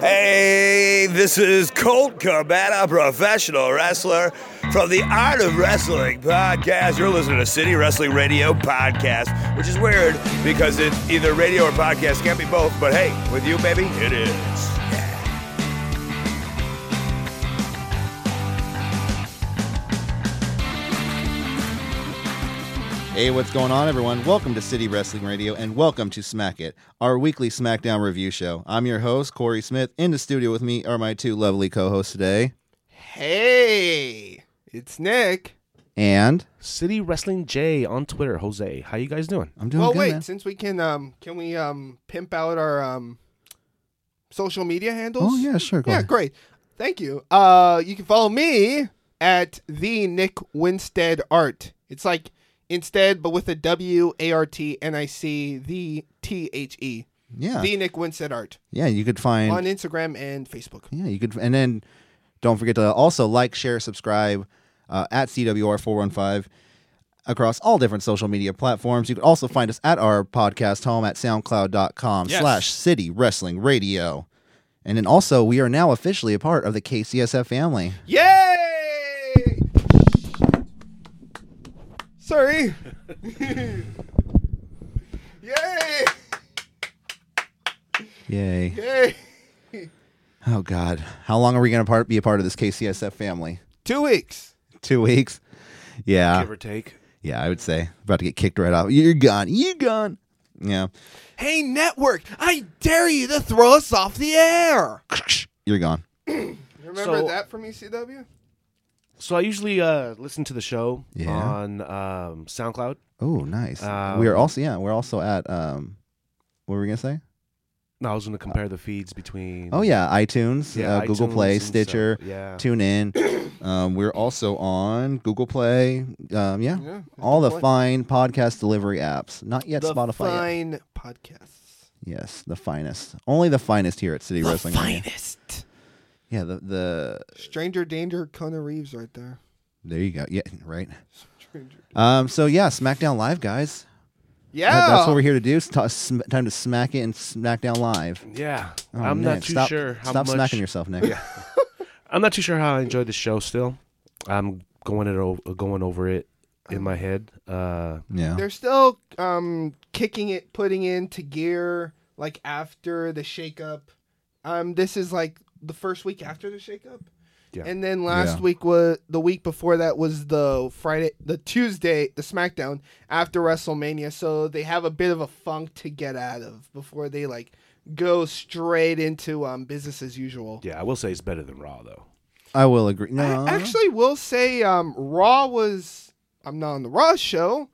Hey, this is Colt Cabana, professional wrestler from the Art of Wrestling podcast. You're listening to City Wrestling Radio podcast, which is weird because it's either radio or podcast. Can't be both, but hey, with you, baby, it is. Hey, what's going on, everyone? Welcome to City Wrestling Radio and welcome to Smack It, our weekly SmackDown review show. I'm your host, Corey Smith. In the studio with me are my two lovely co hosts today. Hey, it's Nick. And City Wrestling J on Twitter. Jose, how you guys doing? I'm doing Well, good. wait. man. Since we can, um, can we um pimp out our um social media handles? Oh, yeah, sure. Go Yeah, ahead. great. Thank you. Uh, you can follow me at the Nick Winstead Art. It's like instead, but with a W A R T N I C the T H E. Yeah. The Nick Winstead Art yeah, you could find. on Instagram and Facebook. yeah, you could. And then don't forget to also like, share, subscribe uh, at CWR415 across all different social media platforms. You can also find us at our podcast home at soundcloud.com Yes. slash city wrestling radio. And then also, we are now officially a part of the KCSF family. Yay! Sorry. Yay! Yay. Yay! Oh, God. How long are we going to part- be a part of this KCSF family? Two weeks. Two weeks? Yeah. Give or take. Yeah, I would say. About to get kicked right off. You're gone. You're gone. Yeah. Hey, network! I dare you to throw us off the air. You're gone. Remember So- that from E ECW? So I usually uh, listen to the show Yeah. on um, SoundCloud. Oh, nice. Um, we are also, yeah, we're also at, um, what were we going to say? No, I was going to compare the feeds between. Oh, yeah, iTunes, Yeah, uh, Google iTunes Play, and stuff. Stitcher, Yeah. Tune In. um, we're also on Google Play. Um, yeah. Yeah, All the good point. fine podcast delivery apps. Not yet the Spotify. yet. fine podcasts. Yes, the finest. Only the finest here at City Wrestling. Radio. finest. Yeah, the the Stranger danger, Kona Reeves, right there. there you go. Yeah, right. Stranger. Um. So yeah, SmackDown Live, guys. Yeah. That- that's what we're here to do. It's ta- sm- time to smack it and SmackDown Live. Yeah. Oh, I'm Nick, not too stop- sure how stop much. smacking yourself, Nick. Yeah. I'm not too sure how I enjoyed the show. Still, I'm going it over, going over it in my head. Uh, They're still um, kicking it, putting into gear like after the shakeup. Um, this is like the first week after the shakeup, Yeah. and then last Yeah. week was the week before that was the Friday, the Tuesday, the SmackDown after WrestleMania. So they have a bit of a funk to get out of before they like go straight into um, business as usual. yeah, I will say it's better than Raw though. I will agree. No, I actually will say um, Raw was. I'm not on the Raw show,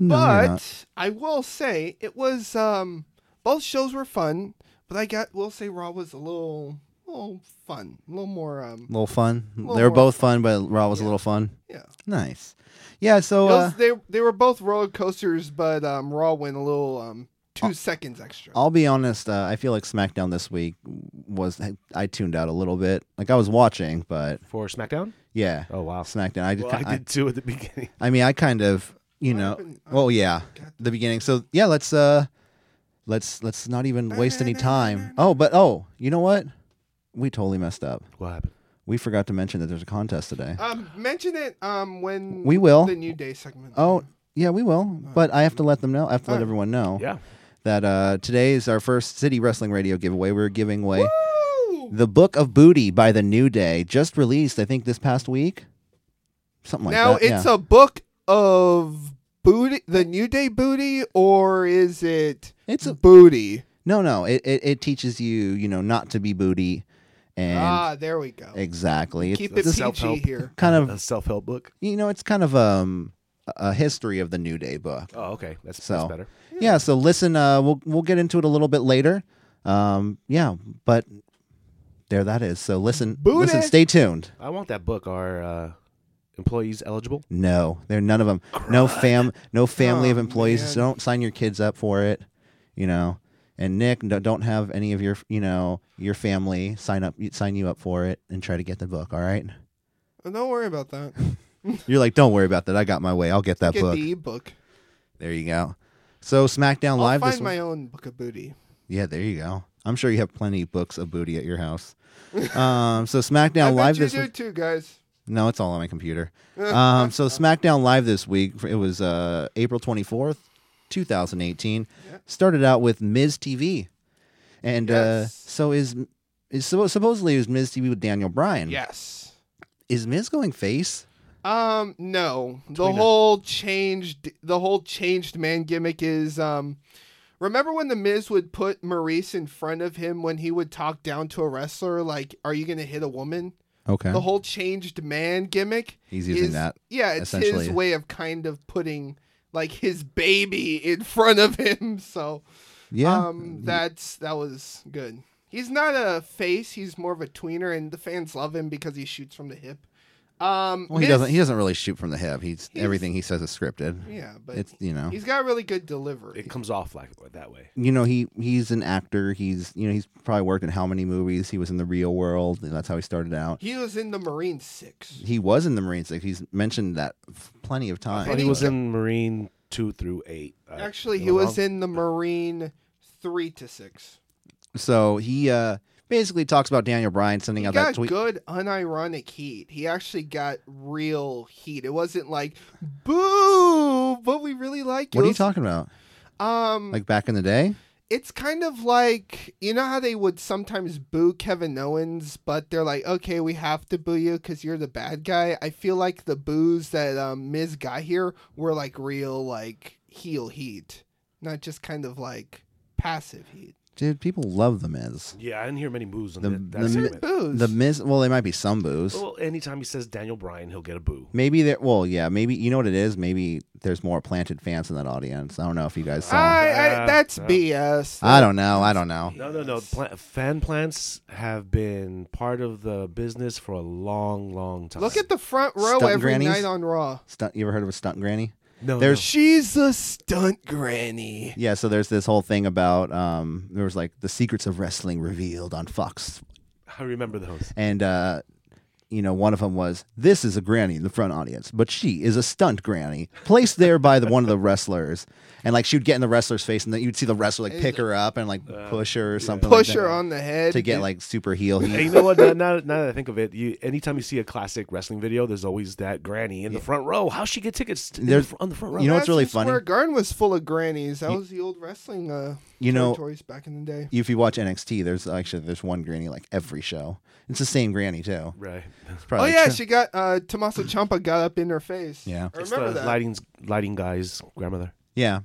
no, you're not. but I will say it was um both shows were fun, but I got will say Raw was a little little fun, a little more um a little fun. little they were more both fun, but Raw was a Yeah. little fun. yeah. Nice. Yeah. So It uh, was- they they were both roller coasters, but um Raw went a little um two seconds extra. Uh, I'll be honest. Uh, I feel like SmackDown this week was I tuned out a little bit. Like I was watching, but For SmackDown. yeah, Oh wow. SmackDown. I, did Well, ki- I did too at the beginning. I mean, I kind of, you What know, happened? well, yeah, the beginning. So yeah, let's uh, let's let's not even waste any time. Oh, but oh, you know what? We totally messed up. What happened? We forgot to mention that there's a contest today. Um, mention it um when We will. the new day segment. Oh, yeah, we will. But I have to let them know. I have to let Alright. everyone know Yeah. that uh, today is our first City Wrestling Radio giveaway. We're giving away Woo! the Book of Booty by the New Day, just released. I think this past week, something like now that. it's yeah. a book of booty, the new day booty, or is it It's a- booty? no, no. It, it it teaches you, you know, not to be booty, and ah, there we go. Exactly. It's, Keep it this PG self-help. here. kind A of self help book. you know, it's kind of um a history of the New Day book. Oh, okay. That's, So- that's better. Yeah. so listen, uh, we'll we'll get into it a little bit later. Um, yeah, but there that is. So listen, Booty. listen, stay tuned. I want that book. Are uh, employees eligible? No, there are none of them. No fam, no family of Oh, employees. man. So don't sign your kids up for it. You know, and Nick, no, don't have any of your you know your family sign up sign you up for it and try to get the book. All right, Oh, Don't worry about that. you're like, don't worry about that. I got my way. I'll get that Get book. the ebook. There you go. So SmackDown I'll Live find this my week. own book of booty. Yeah, there you go. I'm sure you have plenty of books of booty at your house. Um, so SmackDown I bet Live you this do week. too, guys. No, it's all on my computer. Um, so SmackDown Live this week. It was uh, April 24th, 2018. Started out with Miz TV, and uh, Yes. so is is suppo- supposedly it was Miz TV with Daniel Bryan. Yes. Is Miz going face? Um, no. The whole changed the whole changed man gimmick is um remember when the Miz would put Maurice in front of him when he would talk down to a wrestler like, Are you gonna hit a woman? Okay. The whole changed man gimmick. He's using is- that, Yeah, it's essentially. his way of kind of putting like his baby in front of him. So yeah. um that's that was good. He's not a face, he's more of a tweener and the fans love him because he shoots from the hip. Um well, he Miz- doesn't. He doesn't really shoot from the hip. He's, He's- everything he says is scripted. Yeah, but It's you know. He's got really good delivery. It comes off like that way. you know he he's an actor. He's you know he's probably worked in how many movies? He was in the Real World. And that's how he started out. He was in the Marine Six. He was in the Marines. Like he's mentioned that f- plenty of times. But he he was ca- in Marine two through eight. I- Actually, am he I was wrong? in the Marine Three to Six. So he uh, basically talks about Daniel Bryan sending He out got that tweet. good, unironic heat. He actually got real heat. It wasn't like boo, but we really like you. What are It you was- talking about? Um, Like back in the day? it's kind of like you know how they would sometimes boo Kevin Owens, but they're like, okay, we have to boo you because you're the bad guy. I feel like the boos that um, Miz got here were like real, like heel heat, not just kind of like passive heat. Dude, people love the Miz. Yeah, I didn't hear many boos on The- that, that the- segment. Boos. The Miz. Well, they might be some boos. Well, anytime he says Daniel Bryan, he'll get a boo. Maybe there. Well, yeah. Maybe you know what it is. Maybe there's more planted fans in that audience. I don't know if you guys saw. I, Uh, I, that's uh, BS. I don't know. I don't know. No, no, no. Pla- fan plants have been part of the business for a long, long time. Look at the front row Stunt every grannies? Oh. night on Raw. Stunt. You ever heard of a stunt granny? no, there's- She's a stunt granny. Yeah, so there's this whole thing about um, there was like the secrets of wrestling revealed on Fox, no. I remember those. and uh, you know one of them was this is a granny in the front audience, but she is a stunt granny placed there by the, one of the wrestlers, and like she would get in the wrestler's face, and then you'd see the wrestler like pick her up and like push her or something, like Push that her on the head to get like super heel And heat. you know what? Now, now, now that I think of it, you, anytime you see a classic wrestling video, there's always that granny in the front row. How she get tickets in the There's- fr- on the front row? you know what's really Madison funny? Square Garden was full of grannies. That was the old wrestling. Uh, You know- territories back in the day. If you watch NXT, there's actually there's one granny like every show. It's the same granny too. right. It's Oh probably yeah, true. she got uh, Tommaso Ciampa got up in her face. Yeah. I It's remember the that. lighting lighting guy's grandmother. yeah.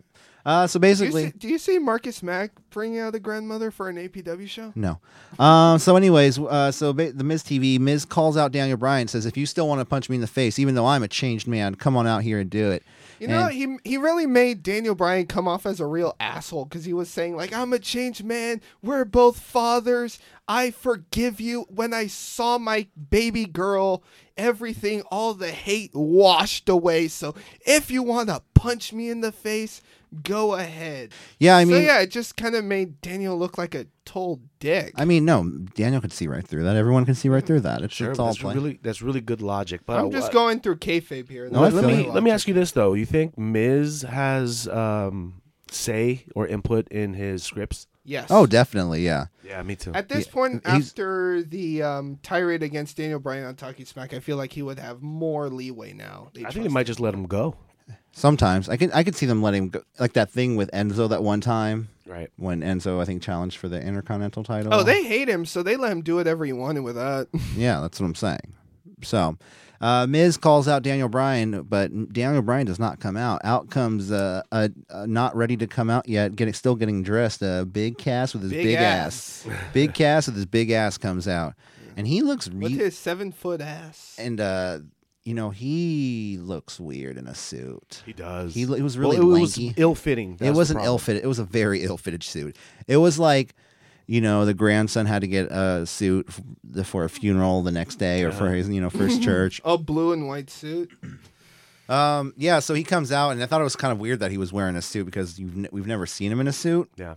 Uh, so do, you basically, see, do you see Marcus Mack bringing out a grandmother for an APW show? No. Um, so, anyways, uh, so ba- the Miz TV, Miz calls out Daniel Bryan, says, "If you still want to punch me in the face, even though I'm a changed man, come on out here and do it." You know, And- he he really made Daniel Bryan come off as a real asshole because he was saying like, "I'm a changed man. We're both fathers. I forgive you." When I saw my baby girl, everything, all the hate washed away. So if you want to punch me in the face, go ahead. yeah, I so mean, yeah, it just kind of made Daniel look like a total dick. I mean, no, Daniel could see right through that. Everyone can see right through that. It's, Sure, it's but all that's play. really that's really good logic. But uh, I'm just I- going through kayfabe here. No, I let, let feel me you. let me ask you this though. You think Miz has um, say or input in his scripts? Yes. oh, definitely, yeah. Yeah, me too. At this Yeah, point, he's- after the um, tirade against Daniel Bryan on Talking Smack, I feel like he would have more leeway now. They I think trust they might just let him go. Sometimes I can I could see them letting him go, like that thing with Enzo that one time Right. when Enzo I think challenged for the Intercontinental title. him. Oh, they hate him, so they let him do whatever he wanted with that. Yeah, that's what I'm saying. So, uh, Miz calls out Daniel Bryan, but Daniel Bryan does not come out. Out comes uh, uh, uh, not ready to come out yet, getting still getting dressed. Uh, big Cass with his big, Big ass, big Cass with his big ass comes out, and he looks with re- his seven foot ass. and uh, you know he looks weird in a suit. He does. He, lo- it was Well, really it lanky. was ill fitting. It was an ill fitted. It was a very ill fitted suit. It was like, you know, the grandson had to get a suit f- the- for a funeral the next day or for his, you know, first church. a blue and white suit. Um, yeah. So he comes out, and I thought it was kind of weird that he was wearing a suit because you've n- we've never seen him in a suit. Yeah.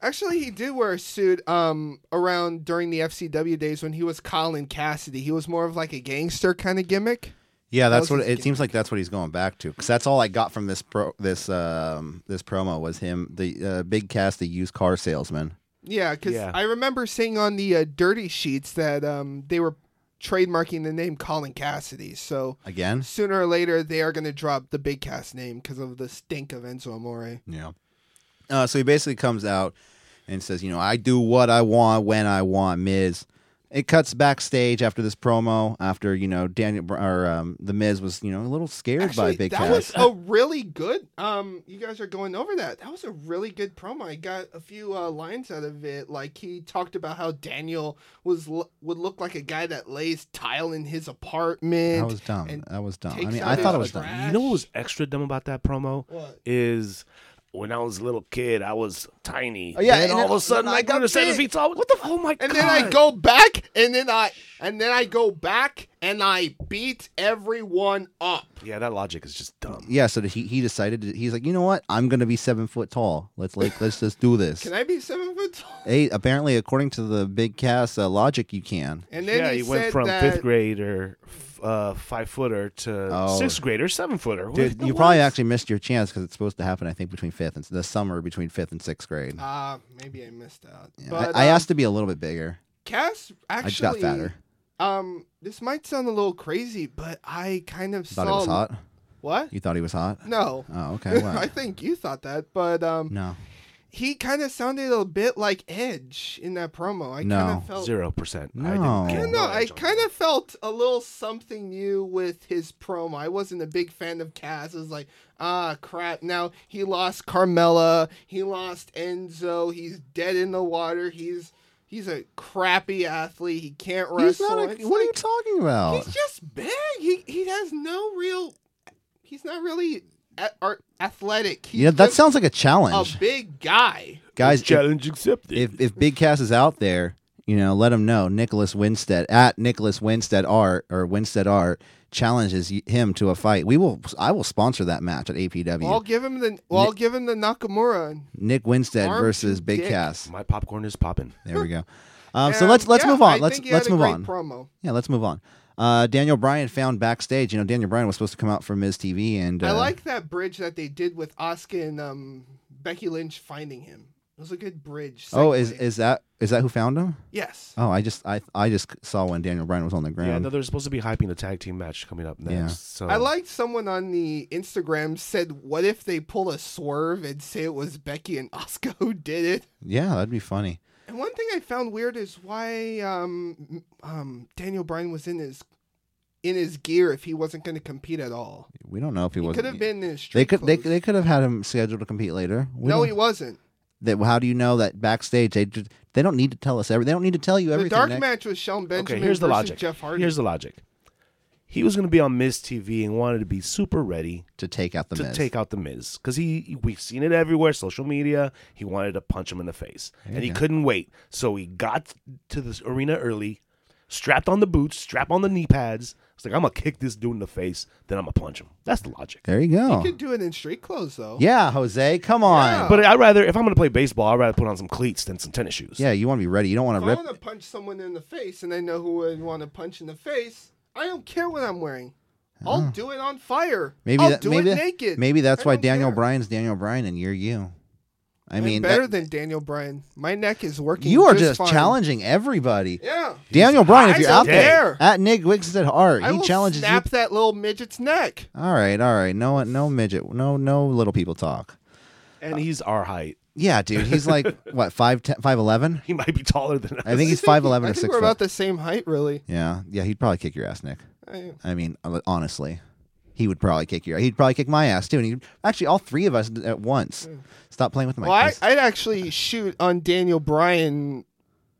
Actually, he did wear a suit um, around during the FCW days when he was Colin Cassidy. He was more of like a gangster kind of gimmick. Yeah, that's was what his it seems like. That's what he's going back to because that's all I got from this pro this um this promo was him the uh, big cast the used car salesman. Yeah, because Yeah. I remember seeing on the uh, dirty sheets that um, they were trademarking the name Colin Cassidy. So Again? sooner or later, they are going to drop the Big Cass name because of the stink of Enzo Amore. Yeah. Uh, so he basically comes out and says, you know, I do what I want when I want, Miz. It cuts backstage after this promo, after you know Daniel Br- or um, the Miz was you know a little scared by Big that Cass. was a really good. Um, you guys are going over that. That was a really good promo. I got a few uh, lines out of it. Like he talked about how Daniel was l- would look like a guy that lays tile in his apartment. that was dumb. and That was dumb. I takes mean, out I thought his it was dumb. address. You know what was extra dumb about that promo? What? Is when I was a little kid, I was tiny. Oh, yeah, Then and all then- of a sudden, then I I grew got to seven big. feet tall. What the? f- Oh my god! And then I go back, and then I and then I go back, and I beat everyone up. Yeah, that logic is just dumb. Yeah, so he he decided to, he's like, you know what? I'm gonna be seven foot tall. Let's like let's just do this. Can I be seven foot tall? Hey, apparently, according to the big cast uh, logic, you can. And then yeah, he, he, went said from that, fifth grader, f- uh, five footer to Oh. sixth grader, seven footer. Dude, you probably actually missed your chance because it's supposed to happen, I think, between fifth and the summer between fifth and sixth grade. Ah, maybe I missed out. Yeah, But, I, I um, asked to be a little bit bigger. Cass I just actually got fatter. Um, this might sound a little crazy, but I kind of Thought saw he was hot. What? You thought he was hot? No. Oh, okay. I Well, think you thought that, but um, no, he kind of sounded a bit like Edge in that promo. I kind No. of felt zero percent. No. I I didn't don't get know. no I edge on kind that. of felt a little something new with his promo. I wasn't a big fan of Cass. It was like, ah, crap. Now he lost Carmella. He lost Enzo. He's dead in the water. He's he's a crappy athlete. He can't he's wrestle. not. A, It's what are you like, talking about? He's just big. He he has no real. He's not really a- ar- athletic. He's Yeah, that just sounds like a a challenge, big guy. guys. If, challenge accepted. if if Big Cass is out there, you know, let him know. Nicholas Winstead at Nicholas Winstead Art or Winstead Art challenges y- him to a fight. We will. I will sponsor that match at APW. Well, I'll give him the. Well, I'll give him the Nakamura. And, Nick Winstead Arm versus to Big dick. Cass. my popcorn is popping. There we go. Um, so let's um, let's yeah, move on. I let's think he let's had a move great on. Promo. Yeah, let's move on. Uh, Daniel Bryan found backstage. You know, Daniel Bryan was supposed to come out for Miz TV, and uh, I like that bridge that they did with Asuka and um, Becky Lynch finding him. It was a good bridge. Oh, is segue. is that is that who found him? yes. Oh, I just I I just saw when Daniel Bryan was on the Yeah, ground. no, they're supposed to be hyping a tag team match coming up next. Yeah. So I like someone on the Instagram said, "What if they pull a swerve and say it was Becky and Asuka who did it?" yeah, that'd be funny. And one thing I found weird is why um, um, Daniel Bryan was in his in his gear if he wasn't going to compete at all. We don't know if he, He was. could have been in his They street could they, clothes. they could have had him scheduled to compete later. We no, don't- he wasn't. that, how do you know that backstage they just, they don't need to tell us every they don't need to tell you The everything. dark Nick. match was Shelton Benjamin okay, here's the versus logic. Jeff Hardy. Here's the logic. He was going to be on Miz TV and wanted to be super ready to take out the to Miz. take out the Miz because he we've seen it everywhere, social media. He wanted to punch him in the face, and he couldn't wait, so he got to this arena early, strapped on the boots, strapped on the knee pads. It's like I'm gonna kick this dude in the face, then I'm gonna punch him. That's the logic. there you go. He could do it in street clothes though. yeah, Jose, come on. Yeah. But I'd rather, if I'm gonna play baseball, I'd rather put on some cleats than some tennis shoes. Yeah, you want to be ready. You don't want If to I rip. want to punch someone in the face and I know who I'd want to punch in the face, I don't care what I'm wearing. I'll do it on fire. Maybe I'll that, do maybe it that- naked. maybe that's I why don't Daniel care. Bryan's Daniel Bryan and you're you. I I'm mean, better that- than Daniel Bryan. My neck is working. you are just, just fine. challenging everybody. Yeah. Daniel Bryan, if I you're don't out there, care. at Nick Wiggs at heart, I he will challenges you. snap that little midget's neck. All right, all right. No, no midget. No, no little people talk. and he's our height. Yeah, dude. He's like what five ten, five eleven. He might be taller than us. I think he's I think- five eleven I or think six we're foot. about the same height, really. yeah, yeah. He'd probably kick your ass, Nick. I- I mean, hon- honestly, he would probably kick your. He'd probably kick my ass too. And he actually all three of us at once. Stop playing with my. well, I, face. I'd actually shoot on Daniel Bryan,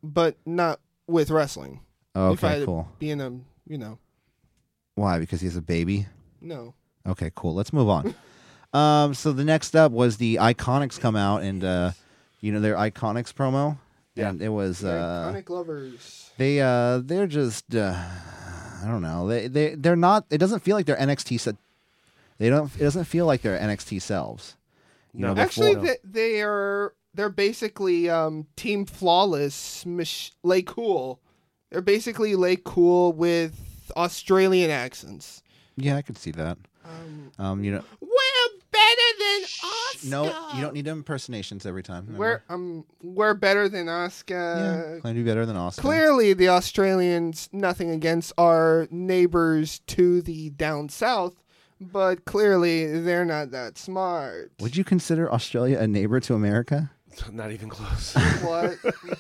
but not with wrestling. if I okay, had cool. Being a, you know, Why? Because he's a baby. no. Okay, cool. Let's move on. um, so the next up was the Iconics come out and uh, you know their Iconics promo, and it was uh, Iconic lovers. they uh, they're just uh, I don't know they they they're not. It doesn't feel like they're NXT. Se- they don't. It doesn't feel like they're NXT selves. You No. know, Actually, before- they, they are they're basically um, Team Flawless, Mich- Lay Cool. They're basically Lay Cool with Australian accents. yeah, I could see that. Um, you know, We're better than Oscar. No, you don't need impersonations every time. remember? We're uh, um we're better than Oscar. yeah, claim to be better than Austin. Clearly, the Australians, nothing against our neighbors to the down south, but clearly they're not that smart. Would you consider Australia a neighbor to America? Not even close. What?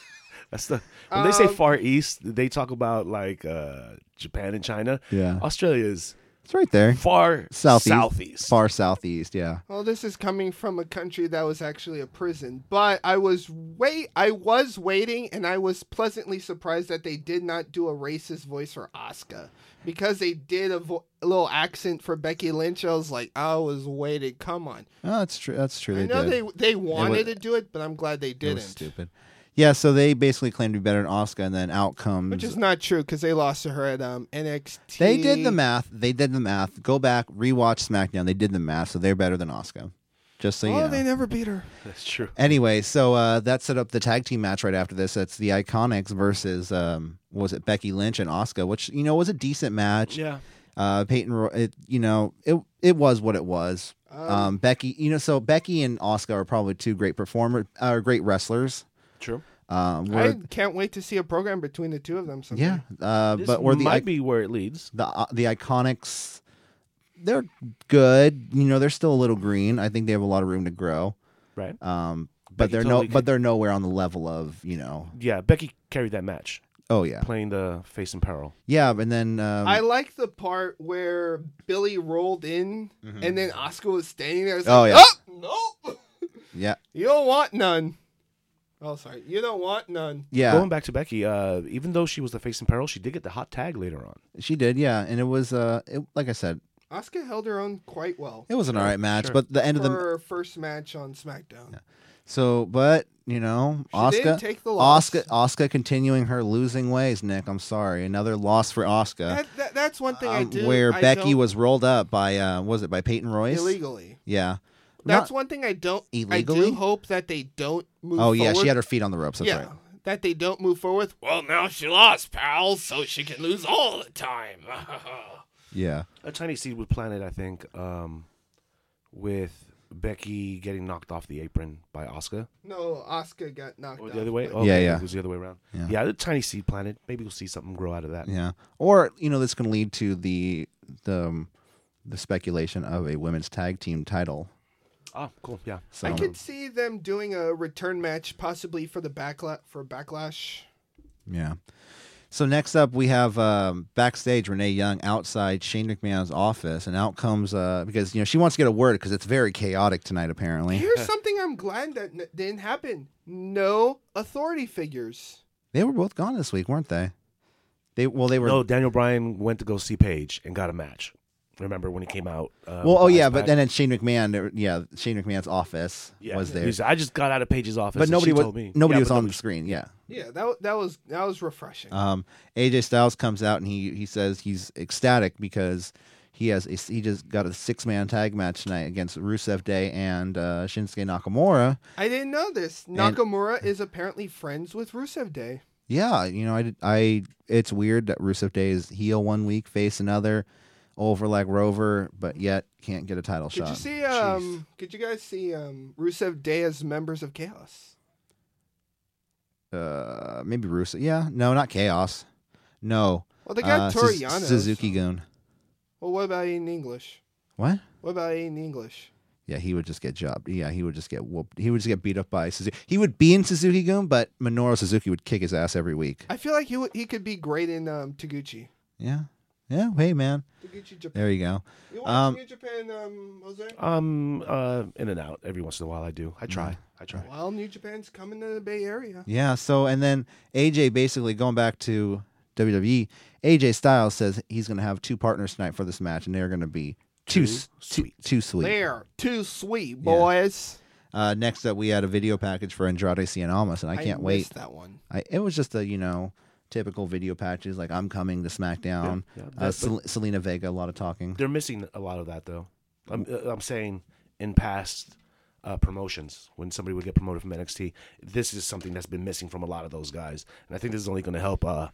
That's the when they say Um, Far East, they talk about like uh, Japan and China. Yeah. Australia is It's right there. far Southeast. southeast. Far southeast, yeah. well, this is coming from a country that was actually a prison, but I was wait, I was waiting, and I was pleasantly surprised that they did not do a racist voice for Oscar because they did a, vo- a little accent for Becky Lynch. I was like, I was waiting. Come on. Oh, that's true. That's true. I They know did. they they wanted was- to do it, but I'm glad they It didn't. was stupid. Yeah, so they basically claimed to be better than Oscar, and then out comes. Which is not true because they lost to her at um, NXT. they did Um, the math. They did the math. Go back, rewatch SmackDown. They did the math, so they're better than Oscar. Just so Oh, you know. they never beat her. That's true. Anyway, so uh, that set up the tag team match right after this. That's the Iconics versus um, what was it Becky Lynch and Oscar, which you know was a decent match. Yeah. Uh, Peyton, Roy- it, you know, it it was what it was. Uh, Um, Becky, you know, so Becky and Oscar are probably two great performers, uh, great wrestlers. True. Um, I were- can't wait to see a program between the two of them. Someday. yeah, uh, This but were the might I- be where it leads. the uh, the Iconics, they're good. You know, they're still a little green. I think they have a lot of room to grow. Right. Um, but Becky they're totally no, could- but they're nowhere on the level of you know. Yeah. Becky carried that match, Oh yeah, playing the face in peril. yeah. And then um, I like the part where Billy rolled in and then Oscar was standing there. It's Mm-hmm. Oh, like, yeah. Oh, nope. yeah, You don't want none. Oh, sorry. You don't want none. yeah. Going back to Becky, uh, even though she was the face in peril, she did get the hot tag later on. She did, yeah. And it was uh, it, like I said, Oscar held her own quite well it was an alright match. But the end for of the her first match on SmackDown. so, but you know, did Oscar, take the loss. Oscar, Oscar continuing her losing ways. Nick, I'm sorry, another loss for Oscar. That, that, that's one thing I do. Um, where I Becky don't- was rolled up by uh, was it by Peyton Royce? illegally. Yeah, That's Not- one thing I don't. I Illegally? do hope that they don't move. oh yeah, forward. she had her feet on the ropes. That's yeah, right. that they don't move forward. Well, now she lost, pal, so she can lose all the time. Yeah, A tiny seed was planted, I think, um, with Becky getting knocked off the apron by Oscar. no, Oscar got knocked. Or off, Oh, the other way? but- Okay, Yeah, yeah. It was the other way around. Yeah. Yeah. the tiny seed planted. Maybe we'll see something grow out of that. yeah. Or you know, this can lead to the the um, the speculation of a women's tag team title. Oh, cool. Yeah. So I could see them doing a return match, possibly for the backlash. For backlash, Yeah. So next up, we have um, backstage Renee Young outside Shane McMahon's office, and out comes uh, because you know she wants to get a word because it's very chaotic tonight. Apparently, here's something I'm glad that n- didn't happen. No authority figures. they were both gone this week, weren't they? They well, they were. No, Daniel Bryan went to go see Paige and got a match. Remember when he came out? Uh, well, with oh the yeah, ice but pack? then at Shane McMahon, there- yeah, Shane McMahon's office Yeah. was there, He said, I just got out of Paige's office. but and nobody she was told me. nobody Yeah, was but on nobody- the screen. Yeah. Yeah, that that was that was refreshing. Um, AJ Styles comes out and he he says he's ecstatic because he has a, he just got a six man tag match tonight against Rusev Day and uh, Shinsuke Nakamura. I didn't know this. Nakamura is apparently friends with Rusev Day. Yeah, you know, I, did- I, it's weird that Rusev Day is heel one week, face another, over like Rover, but yet can't get a title Did shot. you see? Um, could you guys see um, Rusev Day as members of Chaos? Uh, maybe Rusev. Yeah, no, not Chaos. No, Well, they got uh, Suz- Toriyano. Suzuki Goon. Well, what about in English? What? What about in English? Yeah, he would just get jobbed. Yeah, he would just get whooped. He would just get beat up by Suzuki. He would be in Suzuki Goon, but Minoru Suzuki would kick his ass every week. I feel like he would, he could be great in um, Taguchi. Yeah, yeah. Hey, man, Taguchi Japan. there you go. You watch Um, New Japan, um, Jose? Um, uh, in and out every once in a while. I do. I try. Mm-hmm. I try. Well, New Japan's coming to the Bay Area. Yeah. So, and then AJ basically going back to WWE, AJ Styles says he's going to have two partners tonight for this match, and they're going to be too Too s- too sweet. too sweet. They're too sweet, boys. Uh, next up, we had a video package for Andrade Cien Almas, and I can't wait. missed that one. I, it was just a you know typical video patches like I'm coming to SmackDown. Yeah, yeah, uh, that- Sel- Selena Vega, a lot of talking. They're missing a lot of that though. I'm, uh, I'm saying in past uh, promotions when somebody would get promoted from NXT, this is something that's been missing from a lot of those guys, and I think this is only going to help uh,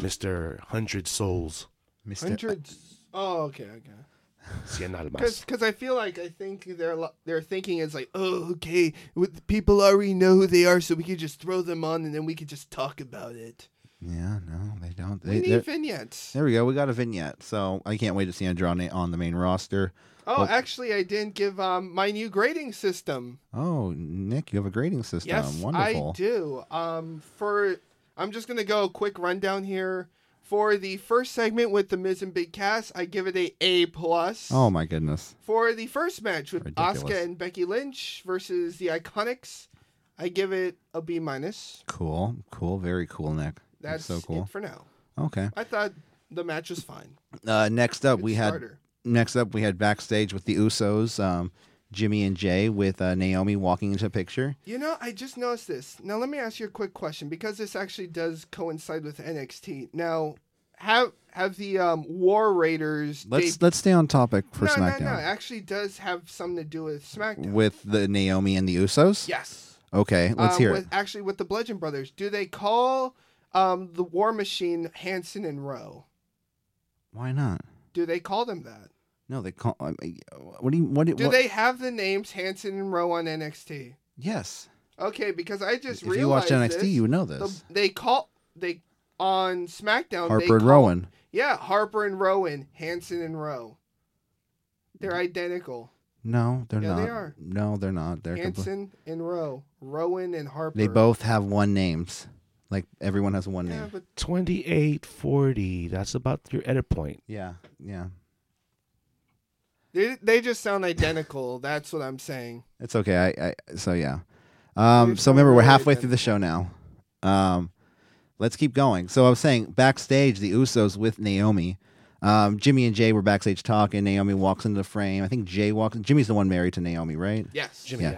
Mister Hundred Souls. Mister, Hundreds. Oh, okay, okay. Cien almas. Because I feel like I think their lo- their thinking is like, oh, okay, with people already know who they are, so we could just throw them on and then we could just talk about it. Yeah, no, they don't. We They, need they're- vignettes. there we go. We got a vignette. So I can't wait to see Andrade on the main roster. Oh, well- actually, I didn't give um, my new grading system. Oh, Nick, you have a grading system. Yes, um, Wonderful. I do. Um, for I'm just gonna go a quick rundown here. For the first segment with the Miz and Big Cass, I give it a A plus. Oh my goodness. For the first match with Ridiculous. Asuka and Becky Lynch versus the Iconics, I give it a B minus. Cool. Cool. Very cool, Nick. That's That's so cool. it for now. Okay. I thought the match was fine. Uh, next up, Good we had starter. next up we had backstage with the Usos, um, Jimmy and Jay with uh, Naomi walking into the picture. You know, I just noticed this. Now let me ask you a quick question because this actually does coincide with NXT. Now, have have the um, War Raiders? Let's deb- let's stay on topic for no, SmackDown no, no. it Actually, does have something to do with SmackDown. with the Naomi and the Usos. yes. Okay, let's um, hear with, it. Actually, with the Bludgeon Brothers, do they call um, the War Machine Hanson and Rowe? Why not? Do they call them that? No, they call. I mean, what do you? What Do what- they have the names Hanson and Rowe on NXT? Yes. Okay, because I just If you watched NXT, realized you would know this. this. The- they call they on SmackDown. they Harper and call- Rowan. Yeah, Harper and Rowan, Hanson and Rowe. They're identical. No, they're Yeah, not. they are. No, they're not. They're compl- Hanson and Rowe, Rowan and Harper. They both have one names. Like everyone has one Yeah, name. but 2840. That's about your edit point. Yeah, yeah. they, they just sound identical. That's what I'm saying. It's okay. I, I so yeah. Um, We've so remember, we're already halfway done through the show now. Um, let's keep going. So I was saying backstage, the Usos with Naomi. Um, Jimmy and Jay were backstage talking. Naomi walks into the frame. I think Jay walks. Jimmy's the one married to Naomi, right? Yes. Jimmy. Yeah.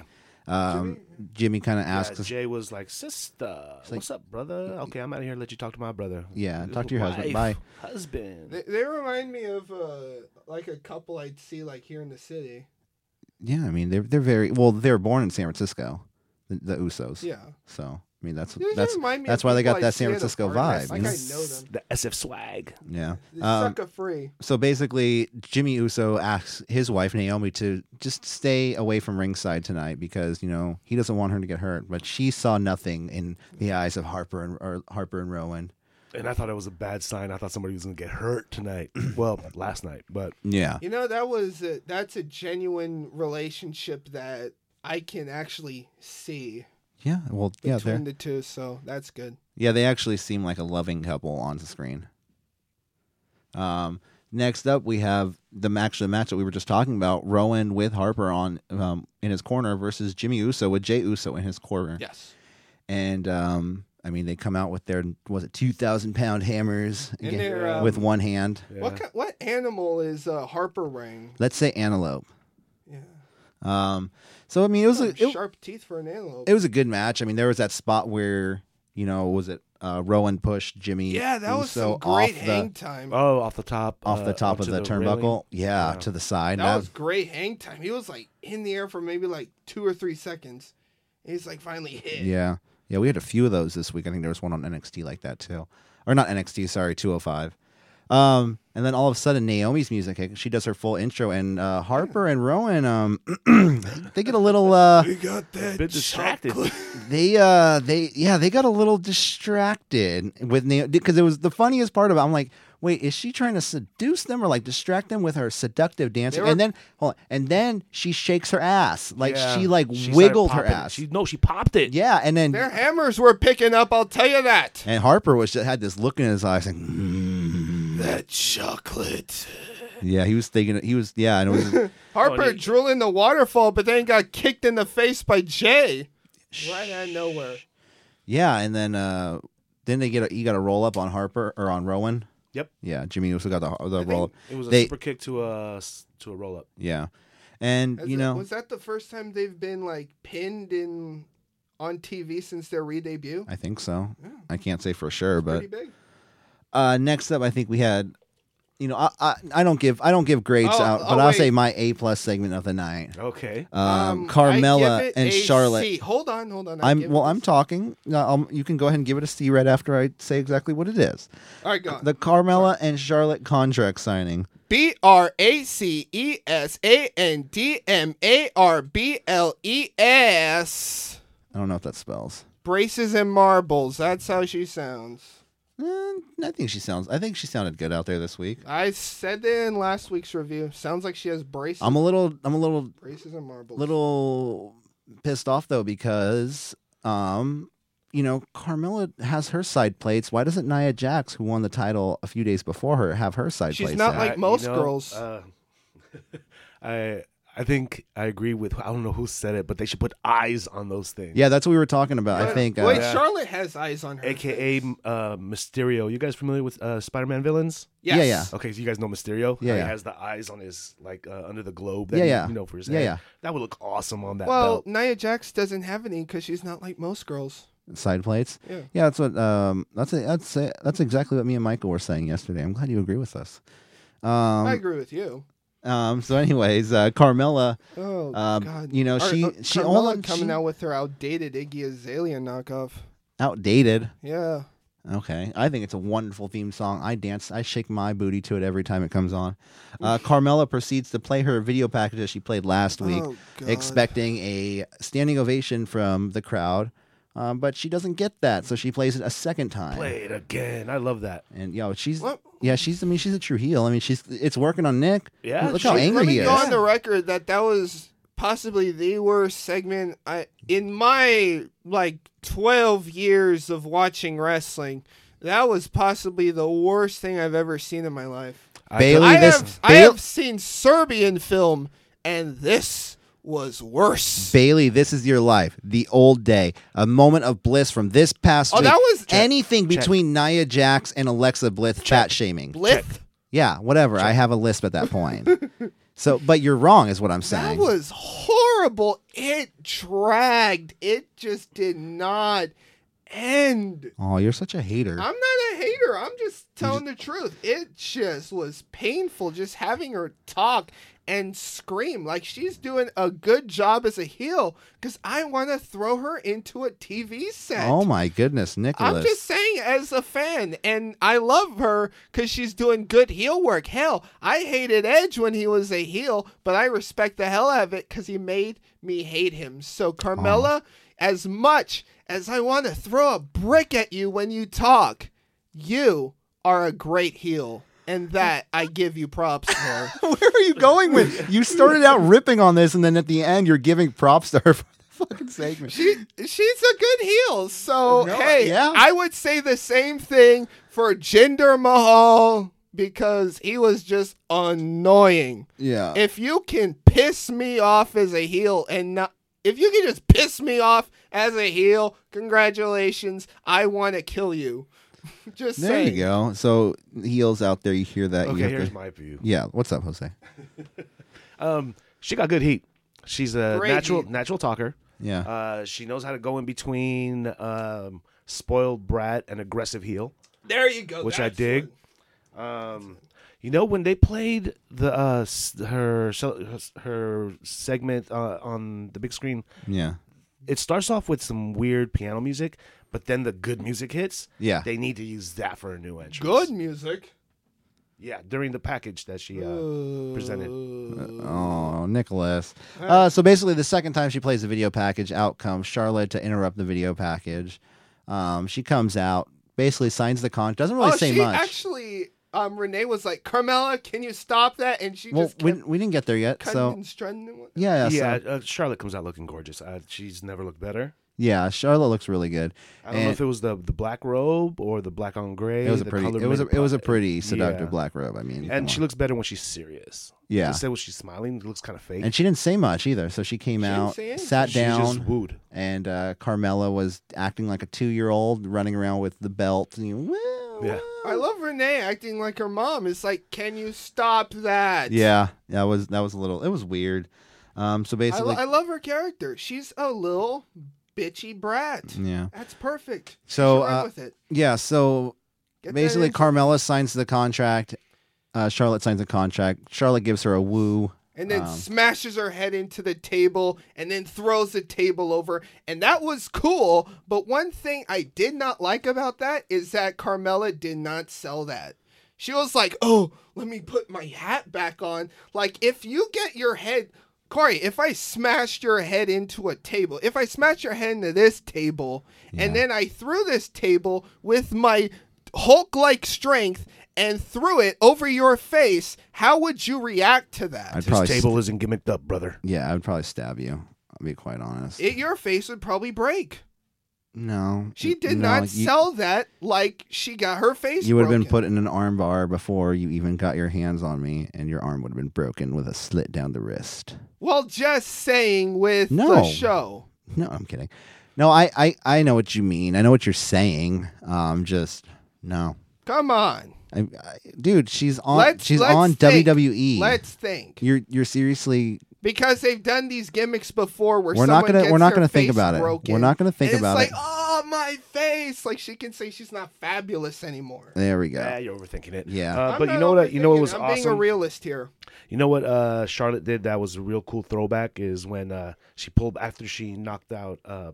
Yeah. Um, Jimmy, kind of Yeah, asks, us- Jay was like, "Sister, what's up, brother? Okay, I'm out of here. Let you talk to my brother. Yeah, talk to your husband. Wife, Bye." husband. They, they remind me of uh, like a couple I'd see like here in the city. "Yeah, I mean, they're they're very well. They were born in San Francisco, the, the Usos. Yeah. So I mean, that's They just that's remind me that's of why they people got I'd that see San at a Francisco party. vibe. Like you know? I know them. The SF swag. Yeah. They Um, sucker free. So basically, Jimmy Uso asks his wife Naomi to just stay away from ringside tonight because you know he doesn't want her to get hurt. But she saw nothing in the eyes of Harper and or Harper and Rowan. And I thought it was a bad sign. I thought somebody was gonna get hurt tonight. well, last night, but Yeah, You know that was a, that's a genuine relationship that I can actually see yeah. Well, yeah, between they the two. So that's good. yeah they actually seem like a loving couple on the screen. Um, next up we have the match, the match that we were just talking about: Rowan with Harper on um, in his corner versus Jimmy Uso with Jay Uso in his corner. Yes. and um, I mean they come out with their was it two thousand pound hammers And again, they're, um, with one hand. yeah. What ki- what animal is uh, Harper wearing? Let's say antelope. Yeah, Um, so I mean it was a, Some it, sharp teeth for an antelope. it was a good match. I mean there was that spot where you know was it uh, Rowan pushed Jimmy? yeah, that was Uso some great off hang the time. Oh, off the top. off the uh, top of onto the, turnbuckle. railing. Yeah, Yeah. to the side. that That- was great hang time. He was like in the air for maybe like two or three seconds. He's like finally hit. yeah, yeah. We had a few of those this week. I think there was one on NXT like that too, or not NXT. Sorry, two hundred five. Um, and then all of a sudden, Naomi's music. hit. She does her full intro, and uh, Harper and Rowan, um, they get a little, uh, We got A that. bit distracted. they, uh, they, yeah, they got a little distracted with Naomi because it was the funniest part of it. I'm like, wait, is she trying to seduce them or like distract them with her seductive dancing? They were- and then, hold on, and then she shakes her ass, like Yeah. she like started wiggled her popping. ass. She no, she popped it. yeah, and then Their hammers were picking up. I'll tell you that. and Harper was just had this look in his eyes, like, "Mm." That chocolate. yeah, he was thinking, he was, yeah, and it was. Harper Oh, and he- drilling the waterfall, but then got kicked in the face by Jay. Right out of nowhere. Yeah, and then uh then they get a, you got a roll up on Harper or on Rowan. Yep. Yeah, Jimmy also got the the think roll up. It was a They- super kick to a s- to a roll up. Yeah, and Has you it- know, was that the first time they've been like pinned in on TV since their re-debut? I think so. Yeah. I can't say for sure, but Pretty big. uh next up, I think we had. You know, I, I I don't give I don't give grades Oh, out, oh, but I'll say wait. my A plus segment of the night. Okay. Um, Um, I Carmella give it and a Charlotte. C. Hold on, hold on. I I'm give well. it a I'm C. talking. Now, um, you can go ahead and give it a C right after I say exactly what it is. All right, go on. The Carmella and Charlotte contract signing. B R A C E S A N D M A R B L E S. I don't know if that spells. Braces and marbles. That's how she sounds. Eh, I think she sounds. I think she sounded good out there this week. I said it in last week's review. Sounds like she has braces, I'm a little. I'm a little braces and marbles. little pissed off though because um you know Carmella has her side plates. Why doesn't Nia Jax, who won the title a few days before her, have her side She's plates? not out? like Uh, you most know, girls. Uh, I I think I agree with I don't know who said it, but they should put eyes on those things. yeah, that's what we were talking about. I Wait, think. Wait, Uh, Yeah. Charlotte has eyes on her. AKA uh, Mysterio. You guys familiar with uh, Spider-Man villains? Yeah, Yes. yeah. Okay, so you guys know Mysterio. Yeah, How yeah. he has the eyes on his like uh, under the globe. That Yeah, you- yeah. You know for his Yeah, head. yeah. That would look awesome on that Well, belt. Nia Jax doesn't have any because she's not like most girls. side plates. Yeah. Yeah, that's what. Um, that's a, that's a, that's exactly what me and Michael were saying yesterday. I'm glad you agree with us. I Um, agree with you. um so anyways, uh, Carmella, Oh um, God. you know Or, she uh, she Carmella only coming she out with her outdated Iggy Azalea knockoff. outdated. Yeah. Okay, I think it's a wonderful theme song. I dance, I shake my booty to it every time it comes on. Uh, Carmela proceeds to play her video package that she played last week, Oh, God. expecting a standing ovation from the crowd, um, but she doesn't get that, so she plays it a second time. Play it again. I love that. And yo, she's Let- yeah, she's I mean she's a true heel. I mean she's it's working on Nick. Yeah, look she- how let angry Let me he go is. on the record that that was possibly the worst segment I in my like 12 years of watching wrestling. That was possibly the worst thing I've ever seen in my life. Bailey, I this have, I Bail- have seen Serbian film, and this was worse. Bailey, this is your life. The old day, a moment of bliss from this past. Oh, week. that was- Check. anything between Nia Jax and Alexa Bliss fat shaming. Blith, Yeah, whatever. I have a lisp at that point. so, but you're wrong, is what I'm that saying. was horrible. It dragged. It just did not end. oh, you're such a hater. I'm not a hater. I'm just telling the truth. It just was painful just having her talk and scream like she's doing a good job as a heel because I want to throw her into a TV set. oh my goodness, I'm Nicholas. just saying, as a fan, and I love her because she's doing good heel work. Hell, I hated Edge when he was a heel, but I respect the hell out of it because he made me hate him. So, Carmella, as much as I want to throw a brick at you when you talk, you are a great heel. And that I give you props for. Where are you going with? You started out ripping on this, and then at the end, you're giving props to her for the fucking segment. she she's a good heel. So No, hey, yeah. I would say the same thing for Jinder Mahal because he was just annoying. yeah. If you can piss me off as a heel and not if you can just piss me off as a heel, congratulations. I want to kill you. just there saying. you go. So heels out there, you hear that? you Okay, have here's to- my view. yeah. What's up, Jose? Um, she got good heat. She's a Great natural heat. natural talker. Yeah. Uh, she knows how to go in between um, spoiled brat and aggressive heel, There you go. which I That's dig. it. Um, you know when they played the uh, s- her se- her segment uh, on the big screen, yeah. it starts off with some weird piano music, but then the good music hits. Yeah. they need to use that for a new entrance. Good music. Yeah, during the package that she uh, presented. Oh, Nicholas. Uh, so basically, the second time she plays the video package, out comes Charlotte to interrupt the video package. Um, she comes out, basically signs the contract, doesn't really oh, say she much. actually um Renee was like, "Carmella, can you stop that?" and she well, just we, kept we didn't get there yet. So, cutting and strutting. yeah, yeah, so- yeah, uh, Charlotte comes out looking gorgeous. Uh, she's never looked better. yeah, Charlotte looks really good. I don't know if it was the the black robe or the black on gray. It was a the pretty, color it was a, made- it was a pretty seductive Yeah. black robe. I mean, come And she on. looks better when she's serious. Yeah. She said when she's smiling, it looks kind of fake. and she didn't say much either. So she came didn't out, say anything. sat She down, just wooed. and uh, Carmella was acting like a two-year-old, running around with the belt. And you, "Woo, Yeah. woo." I love Renee acting like her mom. It's like, can you stop that? Yeah, that was that was a little. It was weird. Um, so I, lo- basically, I love her character. She's a little bitchy brat. yeah, That's perfect. So, She ran uh, with it. yeah. So Get that basically, in. Carmella signs the contract. Uh, Charlotte signs the contract. Charlotte gives her a woo. and then um, smashes her head into the table and then throws the table over. And that was cool. But one thing I did not like about that is that Carmella did not sell that. She was like, "Oh, let me put my hat back on." Like if you get your head, Corey, if I smashed your head into a table, if I smashed your head into this table, and then I threw this table with my Hulk-like strength and threw it over your face, how would you react to that? I'd This probably table isn't gimmicked up, brother. yeah, I'd probably stab you. I'll be quite honest. It, your face would probably break. no, She did no, not you- sell that like she got her face. You would have been broken. put in an arm bar before you even got your hands on me, and your arm would have been broken with a slit down the wrist. Well, just saying with the No. show. No, I'm kidding. No, I, I, I know what you mean. I know what you're saying. Um, just no, Come on. I, I, dude. She's on. Let's- she's let's on E. think. WWE. Let's think. You're you're seriously. because they've done these gimmicks before where We're not someone gonna- gets we're not their gonna think face about it. broken, We're not gonna think and about it's it. like, oh my face. Like she can say she's not fabulous anymore. There we go. Yeah, you're overthinking it. Yeah. Uh, I'm but not you know what? You know what overthinking was it. I'm being a awesome. realist here. You know what uh, Charlotte did that was a real cool throwback is when uh, she pulled after she knocked out uh,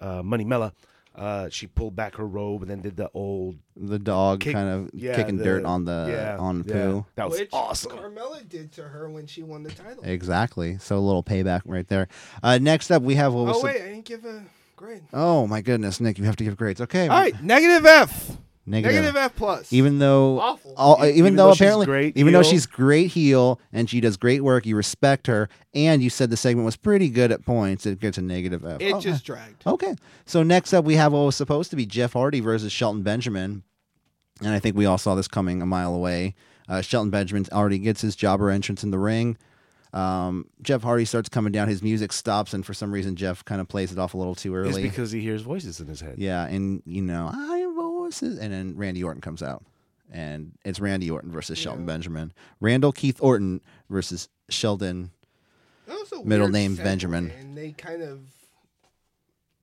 uh, Money Mella. Uh, she pulled back her robe and then did the old The dog kick- kind of yeah, kicking the- dirt on the yeah, on yeah. poo. That was which awesome. Carmella did to her when she won the title. Exactly. So a little payback right there. Uh, next up, we have what was. oh the- wait, I didn't give a grade. Oh my goodness, Nick, you have to give grades. Okay. All right, negative F. Negative. Negative F plus. even though, Awful. all- E- even, even though, though she's apparently, great even though heel. she's great heel and she does great work, you respect her, and you said the segment was pretty good at points. It gets a negative F. it Oh, just dragged. okay. So next up, we have what was supposed to be Jeff Hardy versus Shelton Benjamin, and I think we all saw this coming a mile away. Uh, Shelton Benjamin already gets his jobber entrance in the ring. Um, Jeff Hardy starts coming down. His music stops, and for some reason, Jeff kind of plays it off a little too It's early. because he hears voices in his head. Yeah, and you know, I have voices, and then Randy Orton comes out, and it's Randy Orton versus Shelton Benjamin, Randall Keith Orton versus Sheldon. That was a Middle weird name segue, Benjamin. And they kind of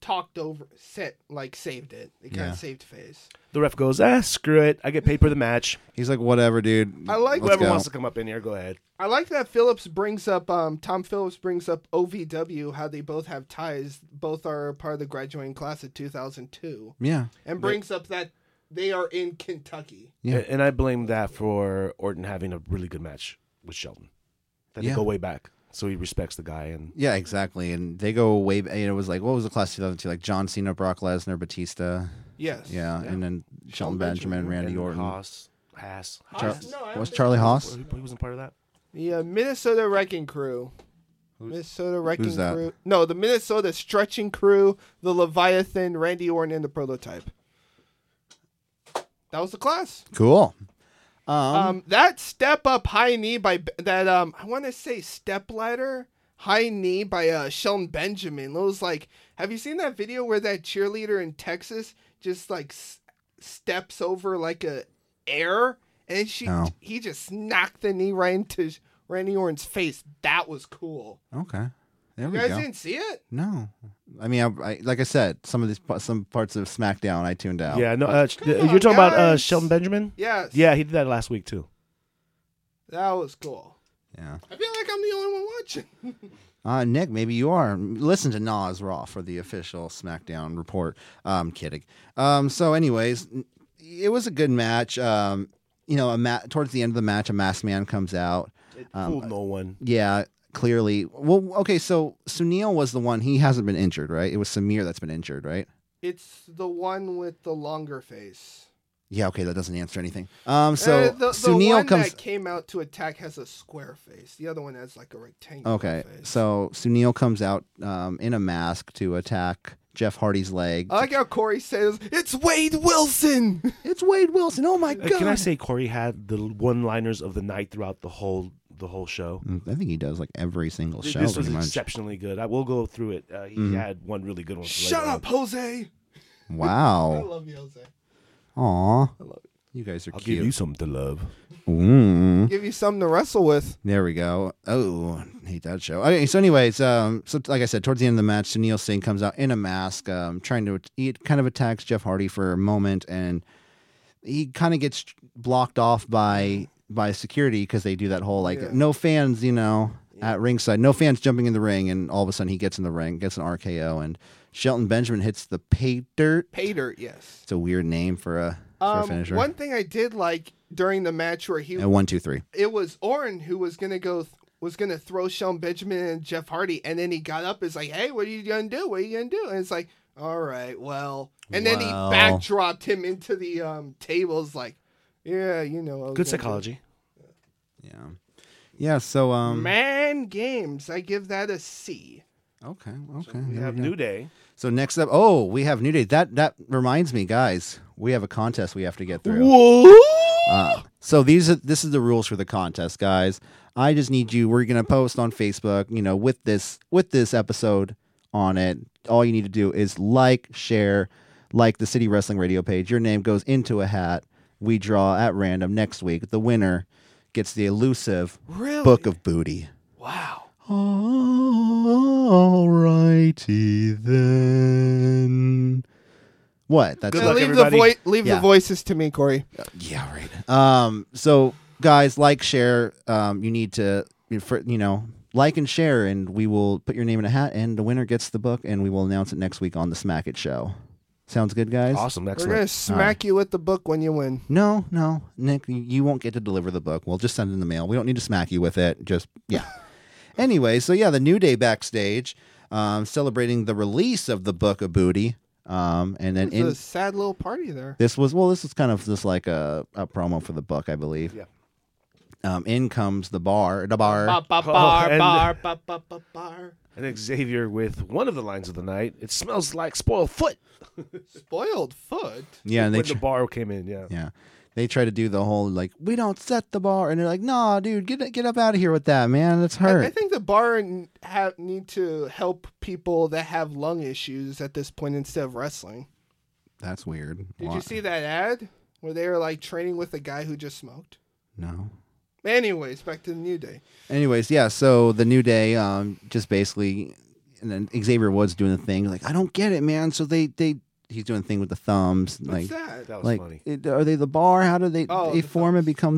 talked over, set like saved it. They kind Yeah. of saved face. The ref goes, ah, screw it. I get paid for the match. He's like, whatever, dude. I like Mm. Let's Whoever go. wants to come up in here, go ahead. I like that Phillips brings up um, Tom Phillips brings up OVW how they both have ties. Both are part of the graduating class of 2002, Yeah, and brings up that they are in Kentucky. Yeah. A- And I blame that for Orton having a really good match with Shelton. That Yeah. they go way back. So he respects the guy and yeah, exactly. And they go way. ba- You know, it was like, what was the class 2002? Like John Cena, Brock Lesnar, Batista. Yes. Yeah, and then Shelton Benjamin, Randy and Orton. Haas. Haas. Char- Haas? No, I don't was think- Charlie Haas? He, he wasn't part of that. The uh, Minnesota Wrecking Crew. Minnesota Wrecking who's that? Crew. No, the Minnesota Stretching Crew, the Leviathan, Randy Orton, and the Prototype. That was the class. Cool. Um, Um, that step up high knee by B- that um, I want to say step ladder high knee by uh Sheldon Benjamin. It was like, have you seen that video where that cheerleader in Texas just like s- steps over like a air and she No. he just knocked the knee right into Sh- Randy Orton's face. That was cool. okay. There You we guys go. didn't see it? No, I mean, I, I like I said, some of these pa- some parts of SmackDown I tuned out. Yeah, no. Uh, sh- Come you're on, talking about uh, guys. Shelton Benjamin? Yes. Yeah, he did that last week too. That was cool. yeah. I feel like I'm the only one watching. Uh, Nick, maybe you are. Listen to Nas Raw for the official SmackDown report. Uh, I'm kidding. Um, so, anyways, n- it was a good match. Um, you know, a ma- towards the end of the match, a masked man comes out. Um, Fooled no one. Yeah, clearly. Well, okay, so Sunil was the one. He hasn't been injured, right? It was Samir that's been injured, right? It's the one with the longer face. Yeah, okay, that doesn't answer anything. Um, so Uh, the, the Sunil one comes. that came out to attack has a square face. The other one has like a rectangular Okay, face. so Sunil comes out um, in a mask to attack Jeff Hardy's leg. I like how Corey says it's Wade Wilson. it's Wade Wilson. Oh my Uh, god! can I say Corey had the one-liners of the night throughout the whole the whole show? Mm, I think he does like every single Th- show. this was pretty much. Mm-hmm. exceptionally good. I will go through it. Uh, he had one really good one. uh, Shut later on. up, Jose. I Wow. love you, Jose. Aw. love it. You guys are I'll give you cute. something to love. Mm. Give you something to wrestle with. There we go. Oh, hate that show. Okay, so anyways, um, so like I said, towards the end of the match, Sunil Singh comes out in a mask, um, trying to he kind of attacks Jeff Hardy for a moment, and he kind of gets blocked off by by security because they do that whole like Yeah. no fans, you know, at ringside, no fans jumping in the ring, and all of a sudden he gets in the ring, gets an RKO, and Shelton Benjamin hits the pay dirt. Pay dirt, yes. It's a weird name for a a Um, finisher. one thing I did like during the match where he and one, two, three. it was Orton who was gonna go th- was gonna throw Sean Benjamin and Jeff Hardy, and then he got up. Is like, hey, what are you gonna do? What are you gonna do? And it's like, all right, well, and then he Wow. backdropped him into the um tables. Like, yeah, you know, what I was gonna Good do." psychology. Yeah, yeah. So um, Man, games. I give that a C. okay, okay. We there have go. New Day. so next up, oh, we have new day. That that reminds me, guys, we have a contest we have to get through. Whoa! Uh, so these are this is the rules for the contest, guys. I just need you. We're gonna post on Facebook, you know, with this with this episode on it. All you need to do is like, share, like the City Wrestling Radio page. Your name goes into a hat. We draw at random next week. The winner gets the elusive Really? book of booty. Wow. Alrighty then. What? That's Good it? luck, leave the everybody. voi- leave Yeah. the voices to me, Corey. Yeah, right. Um, so guys, like, share. Um, you need to, you know, for, you know, like and share, and we will put your name in a hat, and the winner gets the book, and we will announce it next week on the Smack It Show. Sounds good, guys. Awesome, We're gonna excellent. smack you with the book when you win. No, no, Nick, you- you won't get to deliver the book. We'll just send it in the mail. We don't need to smack you with it. Just yeah. anyway, so yeah, the New Day backstage, um, celebrating the release of the book of booty. Um, and then It's in a sad little party there. This was well. This was kind of just like a, a promo for the book, I believe. Yeah. Um, in comes the bar. The bar. Ba, ba, Oh, bar, and- bar, ba, ba, ba, bar. And Xavier with one of the lines of the night. It smells like spoiled foot. Spoiled foot. yeah, and they when tr- the bar came in, yeah. yeah they try to do the whole like we don't set the bar, and they're like, nah, dude, get get up out of here with that, man. That's I- hurt. I, think the bar n- have, need to help people that have lung issues at this point instead of wrestling. That's weird. Did Why- you see that ad where they were like training with a guy who just smoked? No. Anyways, back to the new day. Anyways, yeah. So the new day, um, just basically, and then Xavier Woods doing the thing like, I don't get it, man. So they they he's doing the thing with the thumbs, like What's that? That was like funny. it- are they the bar how do they Oh, they the form and become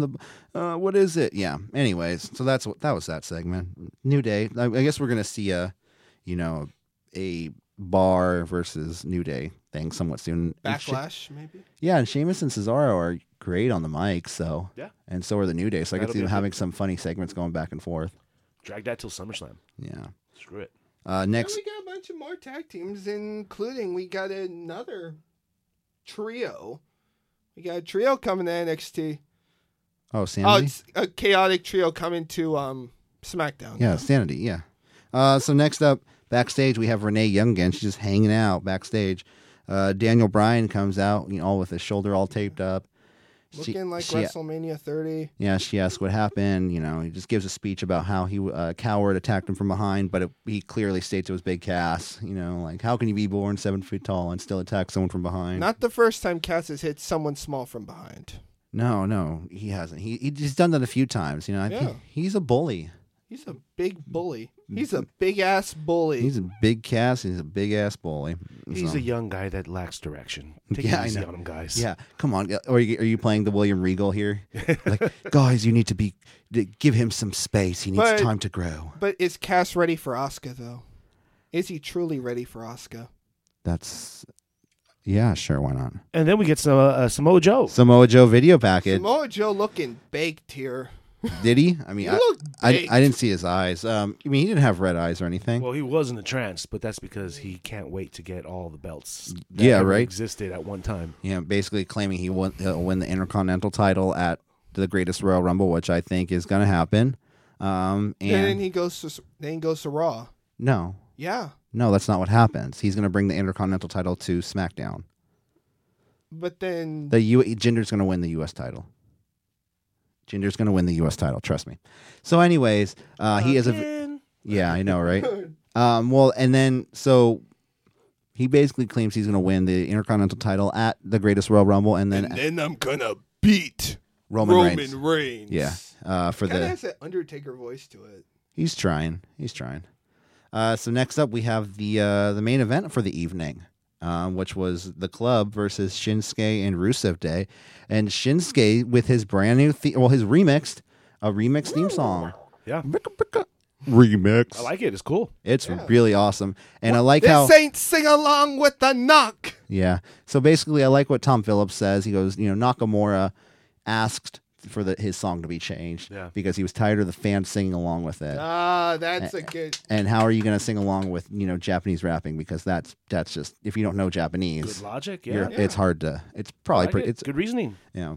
the uh, what is it yeah anyways so that's what that was that segment new day i, I guess we're gonna see a you know a bar versus new day thing somewhat soon And Sha- Backlash, maybe. yeah and Sheamus and cesaro are great on the mic so Yeah. and so are the new day so i could That'll see be them good. having some funny segments going back and forth Drag that till SummerSlam. yeah Screw it. uh And next we got a bunch of more tag teams, including we got another trio. We got a trio coming to NXT. oh Oh, sanity it's a chaotic trio coming to um SmackDown. yeah sanity yeah uh so next up backstage we have renee young again she's just hanging out backstage uh, Daniel Bryan comes out, you know, all with his shoulder all taped up. She- Looking like she- WrestleMania 30. Yeah, she asks what happened. You know, he just gives a speech about how he, uh, coward, attacked him from behind, but it, he clearly states it was Big Cass. You know, like how can you be born seven feet tall and still attack someone from behind? Not the first time Cass has hit someone small from behind. no, no, he hasn't. He he- he's done that a few times. You know, I think Yeah. he's a bully. He's a big bully. He's a big ass bully. He's a big Cass. And he's a big ass bully. He's So- a young guy that lacks direction. Take Yeah, I it easy know. on him, guys. Yeah, come on. uh, Are you, are you playing the William Regal here? like, guys, you need to be d- give him some space. He needs But- time to grow. but is Cass ready for Oscar though? Is he truly ready for Oscar? That's yeah, sure. Why not? And then we get some uh, uh, Samoa Joe. Samoa Joe video package. Samoa Joe looking baked here. Did he? I mean, He I, looked I, baked. I didn't see his eyes. Um, I mean, he didn't have red eyes or anything. Well, he was in a trance, but that's because he can't wait to get all the belts. That Yeah, ever right. Existed at one time. yeah, basically claiming he won, he'll win the Intercontinental title at the Greatest Royal Rumble, which I think is going to happen. Um, and, And then he goes to then he goes to Raw. no, Yeah, no, that's not what happens. He's going to bring the Intercontinental title to SmackDown. but then The U Jinder's going to win the U.S. title. Jinder's going to win the U.S. title. Trust me. So, anyways, uh, he is a Again. yeah, I know, right? Um, well, and then so he basically claims he's going to win the Intercontinental title at the Greatest Royal Rumble, and then, then I'm gonna beat Roman, Reigns. Reigns. Yeah, uh, for Kind of the has that Undertaker voice to it. he's trying, he's trying. Uh, so next up, we have the uh, the main event for the evening, um, which was the club versus Shinsuke and Rusev Day, and Shinsuke with his brand new, the- well, his remixed, a remixed theme song. Yeah. Bricka, bricka. remix. I like it. It's cool. it's really awesome, and I like This how ain't sing along with the knock. Yeah. So basically, I like what Tom Phillips says. He goes, you know, Nakamura asked for the, his song to be changed Yeah. because he was tired of the fans singing along with it. Ah, that's Eh. a good. and how are you going to sing along with you know Japanese rapping? Because that's that's just if you don't know Good Japanese, logic. Yeah. you're, yeah. it's hard to. It's I probably like pretty. it. It's good reasoning. yeah.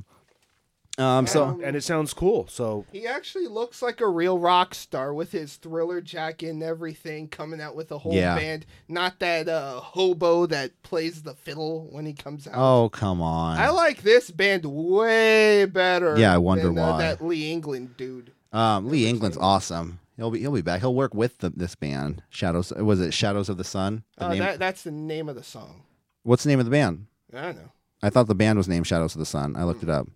Um. So And it sounds cool. So He actually looks like a real rock star with his thriller jacket and everything, coming out with a whole Yeah. band. Not that uh, hobo that plays the fiddle when he comes out. oh come on. I like this band way better. Yeah, I wonder than, uh, why. that Lee England dude. um. Lee England's awesome. He'll be he'll be back. He'll work with the, this band. Shadows was it Shadows of the Sun? The Uh, name- that, that's the name of the song. what's the name of the band? I don't know. I thought the band was named Shadows of the Sun. I looked it up.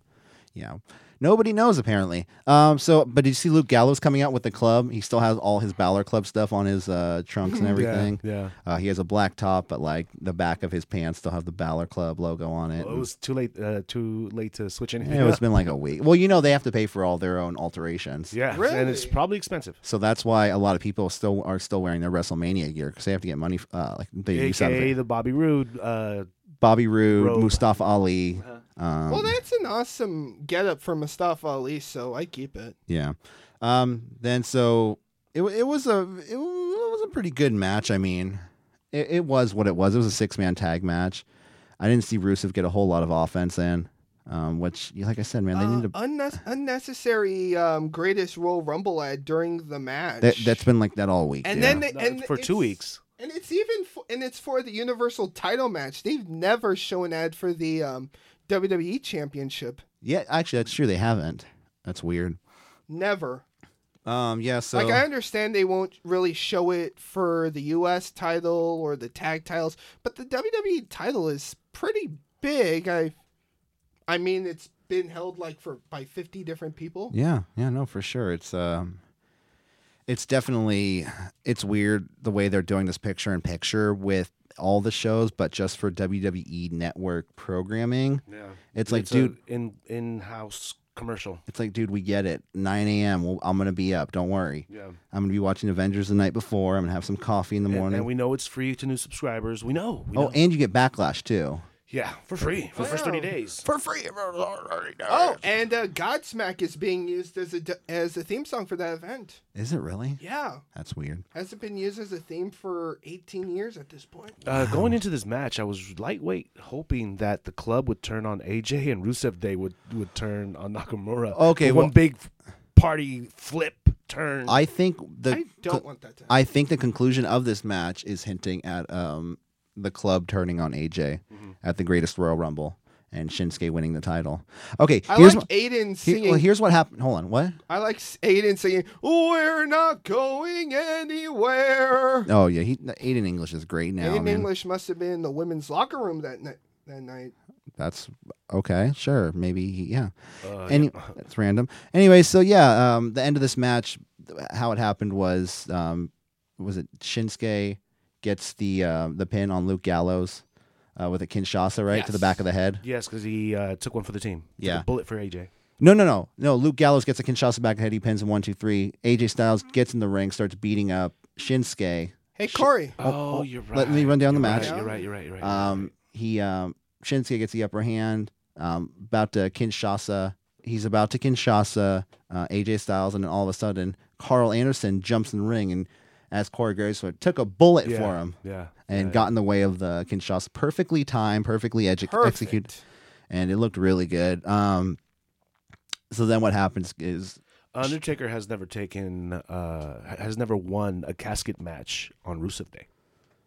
Yeah. Nobody knows apparently. Um so but did you see Luke Gallows coming out with the club? He still has all his Balor club stuff on his uh trunks and everything. yeah. Uh, he has a black top, but like the back of his pants still have the Balor Club logo on it. Well, it was too late. Uh, too late to switch anything. Yeah, it's up. been like a week. Well, you know they have to pay for all their own alterations. yeah. And it's Really? probably expensive. So that's why a lot of people still are still wearing their WrestleMania gear because they have to get money. f- Uh, like they use out of AKA it. the Bobby Roode. Uh, Bobby Roode, Robe. Mustafa Ali. Um, well, that's an awesome getup for Mustafa Ali, so I keep it. Yeah. Um. Then so it wa- it was a it, wa- it was a pretty good match. I mean, it, it was what it was. It was a six man tag match. I didn't see Rusev get a whole lot of offense in, um, which yeah, like I said, man, they Uh, need to. unne- unnecessary um, greatest Royal Rumble ad during the match. That, that's been like that all week. and yeah. then they, no, and for two it's- weeks. and it's even for, and it's for the Universal Title match. They've never shown ad for the um, WWE Championship. yeah, actually, that's true. They haven't. That's weird. Never. Um. Yeah. So Like I understand they won't really show it for the US title or the tag titles, but the WWE title is pretty big. I I mean it's been held like for by 50 different people. Yeah, yeah, no, for sure. It's um, it's definitely it's weird the way they're doing this picture in picture with all the shows, but just for WWE Network programming. Yeah. It's like, dude, in in house commercial. it's like, dude, we get it. 9 a.m. Well, I'm gonna be up. Don't worry. Yeah. I'm gonna be watching Avengers the night before. I'm gonna have some coffee in the And, morning. and we know it's free to new subscribers. We know. We oh, know. and you get backlash too. yeah, for free for the first thirty Wow. days. For free. Oh, and uh, Godsmack is being used as a d- as a theme song for that event. Is it really? Yeah, That's weird. hasn't been used as a theme for 18 years at this point. Uh, going into this match, I was lightweight, hoping that the club would turn on AJ and Rusev Day would would turn on Nakamura. Okay, The well- one big party flip turn. I think the I don't want that to. happen. I think the conclusion of this match is hinting at um, the club turning on AJ Mm-hmm. at the Greatest Royal Rumble and Shinsuke winning the title. Okay, I here's like wh- Aiden he- singing. well, here's what happened. Hold on, what? I like s- Aiden singing. We're not going anywhere. Oh yeah, he Aiden English is great now. Aiden man. English must have been in the women's locker room that night. That night. That's okay, sure, maybe he- yeah. Uh, Any, that's random. Anyway, so yeah, um, the end of this match, th- how it happened was, um, was it Shinsuke gets the uh, the pin on Luke Gallows uh, with a Kinshasa right to the Yes. back of the head. yes, because he uh, took one for the team. Took a Yeah. bullet for AJ. No, no, no, no. Luke Gallows gets a Kinshasa back head. He pins him one, two, three. AJ Styles gets in the ring, starts beating up Shinsuke. Hey Corey, Oh, you're right. Let me run down the You're match. right, you're right. You're right. You're right. Um, he um, Shinsuke gets the upper hand. Um, about to Kinshasa. He's about to Kinshasa. Uh, AJ Styles, and then all of a sudden, Carl Anderson jumps in the ring and, as Corey Graves said, took a bullet yeah, for him Yeah. and yeah. got in the way of the Kinshasa. Perfectly timed, perfectly edu- executed, Perfect. and it looked really good. Um, so then what happens is Undertaker has never taken, uh, has never won a casket match on Rusev Day.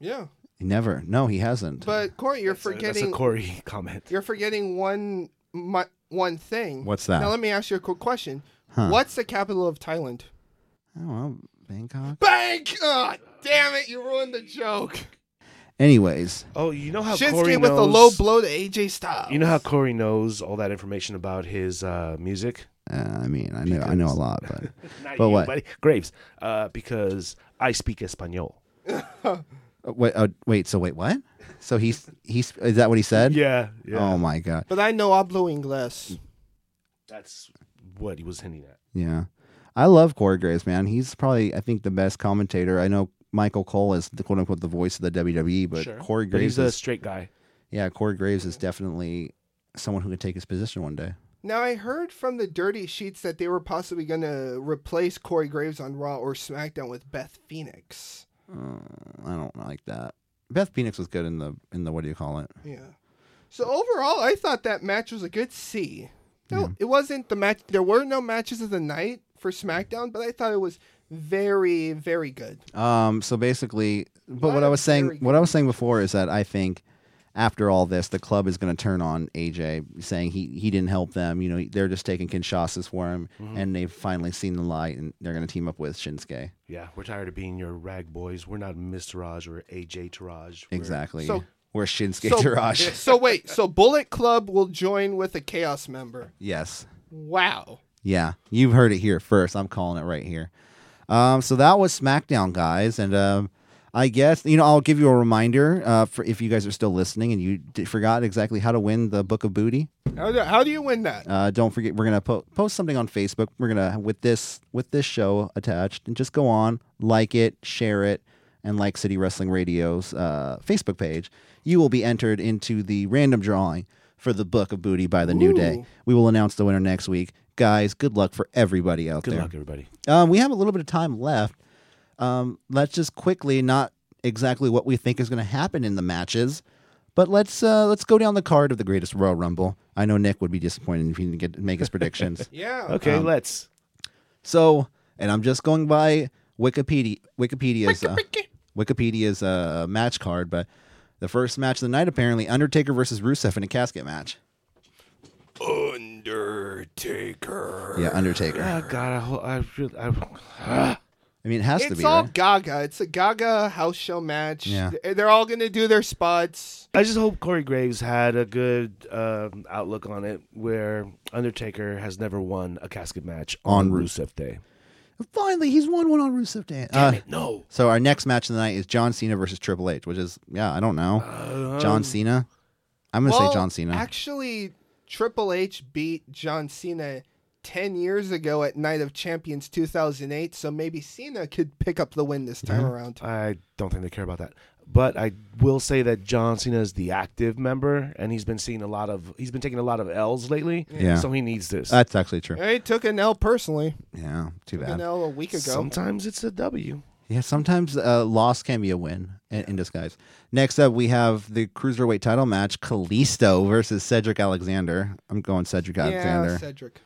Yeah, never. No, he hasn't. but Corey, you're That's a forgetting. Corey comment. You're forgetting one mu one thing. What's that? Now let me ask you a quick question. Huh. What's the capital of Thailand? Oh, well, Bangkok. Bank. Oh, damn it! You ruined the joke. Anyways, Oh, you know how Shinsuke Corey with knows, a low blow to AJ Styles. You know how Corey knows all that information about his uh, music. uh, I mean, I know I know a lot, but Not But you, what? buddy. Graves, uh, because I speak Espanol. Uh, wait, uh, wait. So wait, what? So he's he's is that what he said? Yeah, yeah. Oh my god. But I know hablo inglés. That's what he was hinting at. Yeah. I love Corey Graves, man. He's probably, I think, the best commentator. I know Michael Cole is the quote unquote the voice of the WWE, but Corey But Graves he's a is, straight guy. yeah, Corey Graves is definitely someone who could take his position one day. Now I heard from the dirty sheets that they were possibly going to replace Corey Graves on Raw or SmackDown with Beth Phoenix. Uh, I don't like that. Beth Phoenix was good in the in the what do you call it? Yeah. So overall, I thought that match was a good C. No, it wasn't the match. There were no matches of the night for SmackDown, but I thought it was very, very good. Um, so basically, but what Lot I of was saying, very what I was saying before is that I think after all this, the club is going to turn on AJ, saying he he didn't help them. You know, they're just taking Kinshasa's for him, Mm-hmm. and they've finally seen the light, and they're going to team up with Shinsuke. Yeah, we're tired of being your rag boys. We're not Miss Taraj or AJ Taraj. We're- Exactly. So- We're Shinsuke So, Tarash. so wait, so Bullet Club will join with a Chaos member. yes. Wow. Yeah. You've heard it here first. I'm calling it right here. Um, so that was SmackDown, guys, and um, I guess you know I'll give you a reminder uh, for if you guys are still listening and you d- forgot exactly how to win the Book of Booty. How do, how do you win that? Uh, don't forget, we're gonna po- post something on Facebook. We're gonna with this with this show attached, and just go on, like it, share it, and like City Wrestling Radio's uh, Facebook page. You will be entered into the random drawing for the Book of Booty by the New Day. Ooh. We will announce the winner next week, guys. Good luck for everybody out Good there. luck, everybody. Um, we have a little bit of time left. Um, let's just quickly, not exactly what we think is going to happen in the matches, but let's uh, let's go down the card of the greatest Royal Rumble. I know Nick would be disappointed if he didn't get to make his predictions. yeah. Okay, let's. So, and I'm just going by Wikipedia. Wikipedia's uh, Wikipedia's uh, match card, but the first match of the night apparently Undertaker versus Rusev in a casket match. Undertaker. Yeah, Undertaker. Oh, God, I, ho- I, feel- I, I mean, it has to It's be. all right? Gaga. It's a Gaga house show match. Yeah. Th- They're all going to do their spots. I just hope Corey Graves had a good um, outlook on it, where Undertaker has never won a casket match on, On Ru- Rusev Day. Finally, he's won one on Rusev Day. Uh, Damn it, no. So our next match of the night is John Cena versus Triple H, which is yeah, I don't know. John Cena. I'm gonna Uh, Well, say John Cena. Actually, Triple H beat John Cena 10 years ago at Night of Champions 2008, so maybe Cena could pick up the win this time Mm-hmm. around. I don't think they care about that. But I will say that John Cena is the active member, and he's been seeing a lot of he's been taking a lot of L's lately. Yeah. So he needs this. That's actually true. I took an L personally. Yeah, too Took an bad. L a week ago. Sometimes it's a W. Yeah, sometimes uh, loss can be a win in, in disguise. Next up, we have the cruiserweight title match: Kalisto versus Cedric Alexander. I'm going Cedric Alexander. Yeah, Cedric.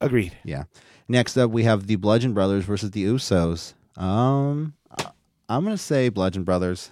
Agreed. yeah. Next up, we have the Bludgeon Brothers versus the Usos. Um, I- I'm gonna say Bludgeon Brothers.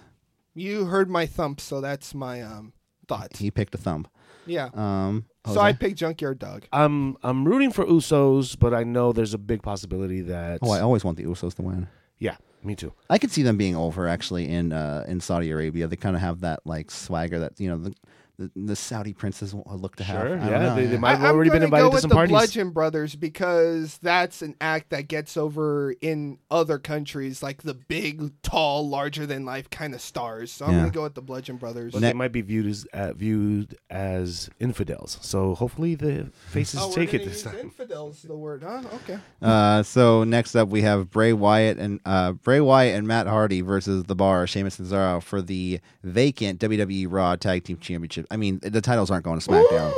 You heard my thump, so that's my um thought. He picked a thumb. Yeah. Um, So I picked Junkyard Dog. I'm I'm rooting for Usos, but I know there's a big possibility that oh, I always want the Usos to win. yeah, me too. I could see them being over actually in uh, in Saudi Arabia. They kind of have that like swagger that you know the the, the Saudi princes w- look to have. Sure, I don't yeah, know, they- they might- I've I'm already been gonna invited go to with some the parties. Bludgeon Brothers because that's an act that gets over in other countries, like the big, tall, larger than life kind of stars. So I'm Yeah. gonna go with the Bludgeon Brothers. But Ne- they might be viewed as uh, viewed as infidels. So hopefully Hmm. the faces Oh, we're take it gonna this use time. Infidels, the word. Huh? Okay. Uh, so next up we have Bray Wyatt and uh, Bray Wyatt and Matt Hardy versus the Bar Sheamus and Cesaro for the vacant WWE Raw Tag Team Championship. I mean the titles aren't going to SmackDown.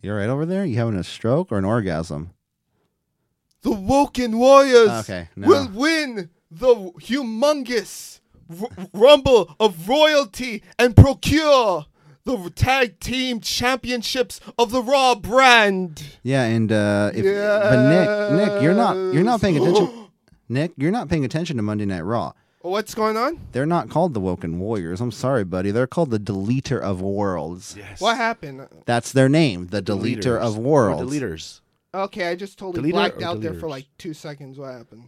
You're right over there. You having a stroke or an orgasm? The Woken Warriors Okay, no. will win the humongous r- rumble of royalty and procure the tag team championships of the Raw brand. Yeah, and uh, if but Nick, Nick, you're not you're not paying attention. Nick, you're not paying attention to Monday Night Raw. What's going on? They're not called the Woken Warriors. I'm sorry, buddy. They're called the Deleter of Worlds. Yes. What happened? That's their name, the Deleter Leaders. of Or Worlds. The leaders. Okay, I just totally Deleter blacked or out there for like deleters? two seconds. What happened?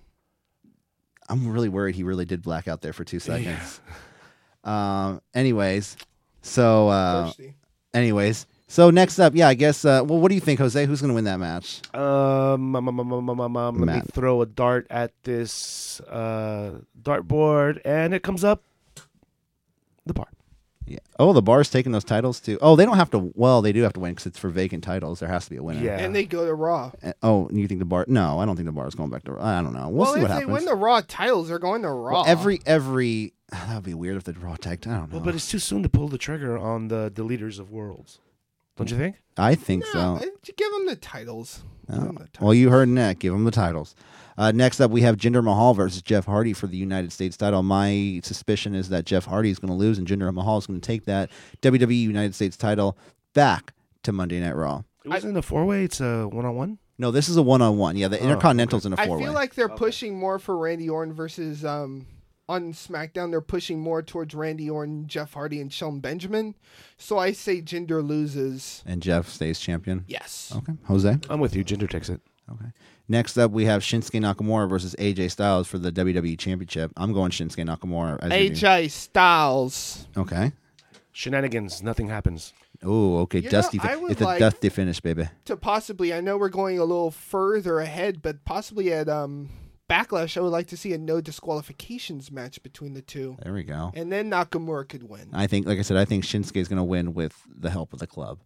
I'm really worried he really did black out there for two seconds. Um. Anyways, so uh, Thirsty. anyways, so next up, yeah, I guess. Uh, well, what do you think, Jose? Who's gonna win that match? Um, um, um, um, um, um, um, um, let me Matt. throw a dart at this uh, dartboard, and it comes up the bar. Yeah. Oh, the bar's taking those titles too. Oh, they don't have to. Well, they do have to win because it's for vacant titles. There has to be a winner. Yeah. And they go to Raw. And- oh, and you think the bar? No, I don't think the bar is going back to. I don't know. We'll, well, see if what they happens. win the Raw titles, they're going to Raw. Well, every every that would be weird if the raw tag. I don't know. Well, but it's too soon to pull the trigger on the the leaders of worlds, don't you think? I think no, so. I- you eh, give them the titles. Give Oh. 'em the titles. Well, you heard Nick. Give them the titles. Uh, next up, we have Jinder Mahal versus Jeff Hardy for the United States title. My suspicion is that Jeff Hardy is going to lose and Jinder Mahal is going to take that WWE United States title back to Monday Night Raw. It wasn't a four way; it's a one on one. No, this is a one on one. Yeah, the Intercontinental's in a I four way. feel like they're pushing more for Randy Orton versus um on SmackDown. They're pushing more towards Randy Orton, Jeff Hardy, and Shelton Benjamin. So I say Jinder loses. and Jeff stays champion. Yes. Okay, Jose. I'm with you. Ginger takes it. Okay. Next up, we have Shinsuke Nakamura versus AJ Styles for the WWE Championship. I'm going Shinsuke Nakamura. As you do. AJ Styles. Okay. Shenanigans. Nothing happens. Oh, okay. You know, dusty. I Fi- would it's a like- dusty finish, baby. To possibly, I know we're going a little further ahead, but possibly at um Backlash, I would like to see a no disqualifications match between the two, There we go. and then Nakamura could win. I think, like I said, I think Shinsuke is going to win with the help of the club.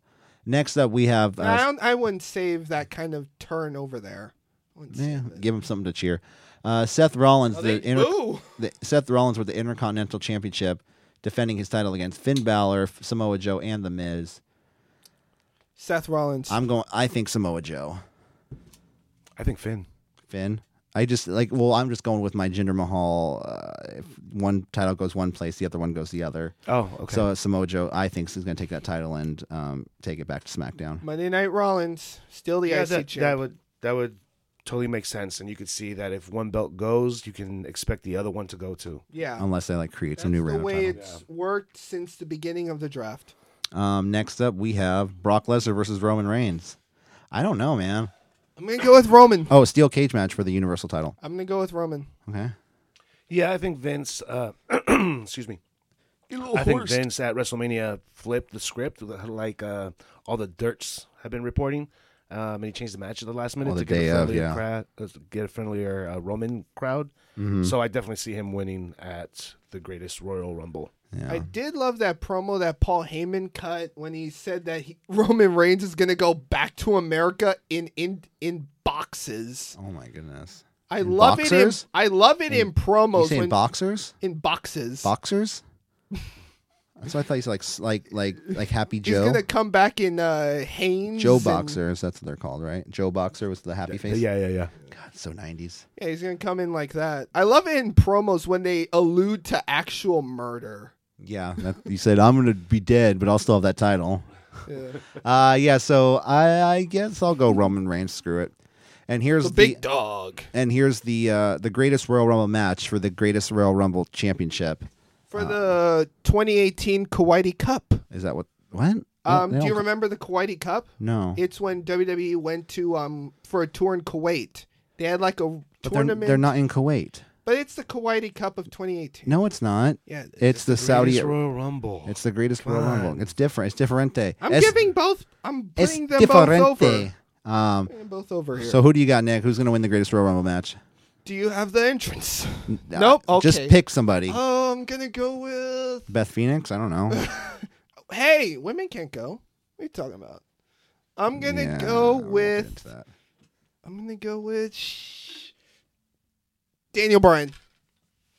Next up, we have. I Uh, don't. I wouldn't save that kind of turn over there. I wouldn't yeah, save it. eh, give him something to cheer. Uh, Seth Rollins, Oh, the, they- inter- Ooh. the Seth Rollins with the Intercontinental Championship, defending his title against Finn Balor, Samoa Joe, and The Miz. Seth Rollins. I'm going. I think Samoa Joe. I think Finn. Finn. I just like well, I'm just going with my Jinder Mahal. Uh, if one title goes one place, the other one goes the other. Oh, okay. So Samoa Joe, I think, is going to take that title and um, take it back to SmackDown. Monday Night Rollins, still the yeah, IC that, champ. that would that would totally make sense, and you could see that if one belt goes, you can expect the other one to go too. yeah, Unless they like create that's some new the round way title. it's worked since the beginning of the draft. Um, next up, we have Brock Lesnar versus Roman Reigns. I don't know, man. I'm gonna go with Roman. Oh, steel cage match for the Universal title. I'm gonna go with Roman. Okay. Yeah, I think Vince. Uh, excuse me. I think Vince at WrestleMania flipped the script, like uh, all the dirts have been reporting, um, and he changed the match at the last minute Oh, the to get day a of, friendlier yeah. crowd, uh, to get a friendlier uh, Roman crowd. Mm-hmm. So I definitely see him winning at the Greatest Royal Rumble. I did love that promo that Paul Heyman cut when he said that he, Roman Reigns is gonna go back to America in in in boxes. Oh my goodness. I In love it. boxers? In, I love it in, You promos saying when, boxers? in boxes. Boxers? That's what I thought you said, like s- like like like Happy He's Joe. gonna come back in uh, Haynes. Joe and- boxers. That's what they're called, right? Joe boxer was the happy face. Yeah, yeah, yeah. God, so 90s. Yeah, he's gonna come in like that. I love it in promos when they allude to actual murder. Yeah, that, you said I'm gonna be dead, but I'll still have that title. Yeah. Uh, yeah. So I, I guess I'll go Roman Reigns. Screw it. And here's The the, big dog and here's the uh, the greatest Royal Rumble match for the greatest Royal Rumble championship. for Uh, the 2018 Kuwaiti Cup. Is that what? What? Um, They do you don't- remember the Kuwaiti Cup? No. It's when WWE went to um for a tour in Kuwait. They had like a But they're, tournament, they're not in Kuwait. But it's the Kuwaiti Cup of 2018. No, it's not. Yeah, it it's the Saudi. Greatest Royal Rumble. It's the greatest Royal Rumble. It's different. It's differente. I'm Es- giving both. I'm es putting them both over. diferente. Um, Putting them both over here. so who do you got, Nick? Who's gonna win the greatest Royal Rumble match? do you have the entrance? Uh, Nope, Just okay. pick somebody. Oh, I'm gonna go with. Beth Phoenix. I don't know. Hey, women can't go. What are you talking about? I'm gonna Yeah, go we'll get with. into that. I'm gonna go with sh- Daniel Bryan.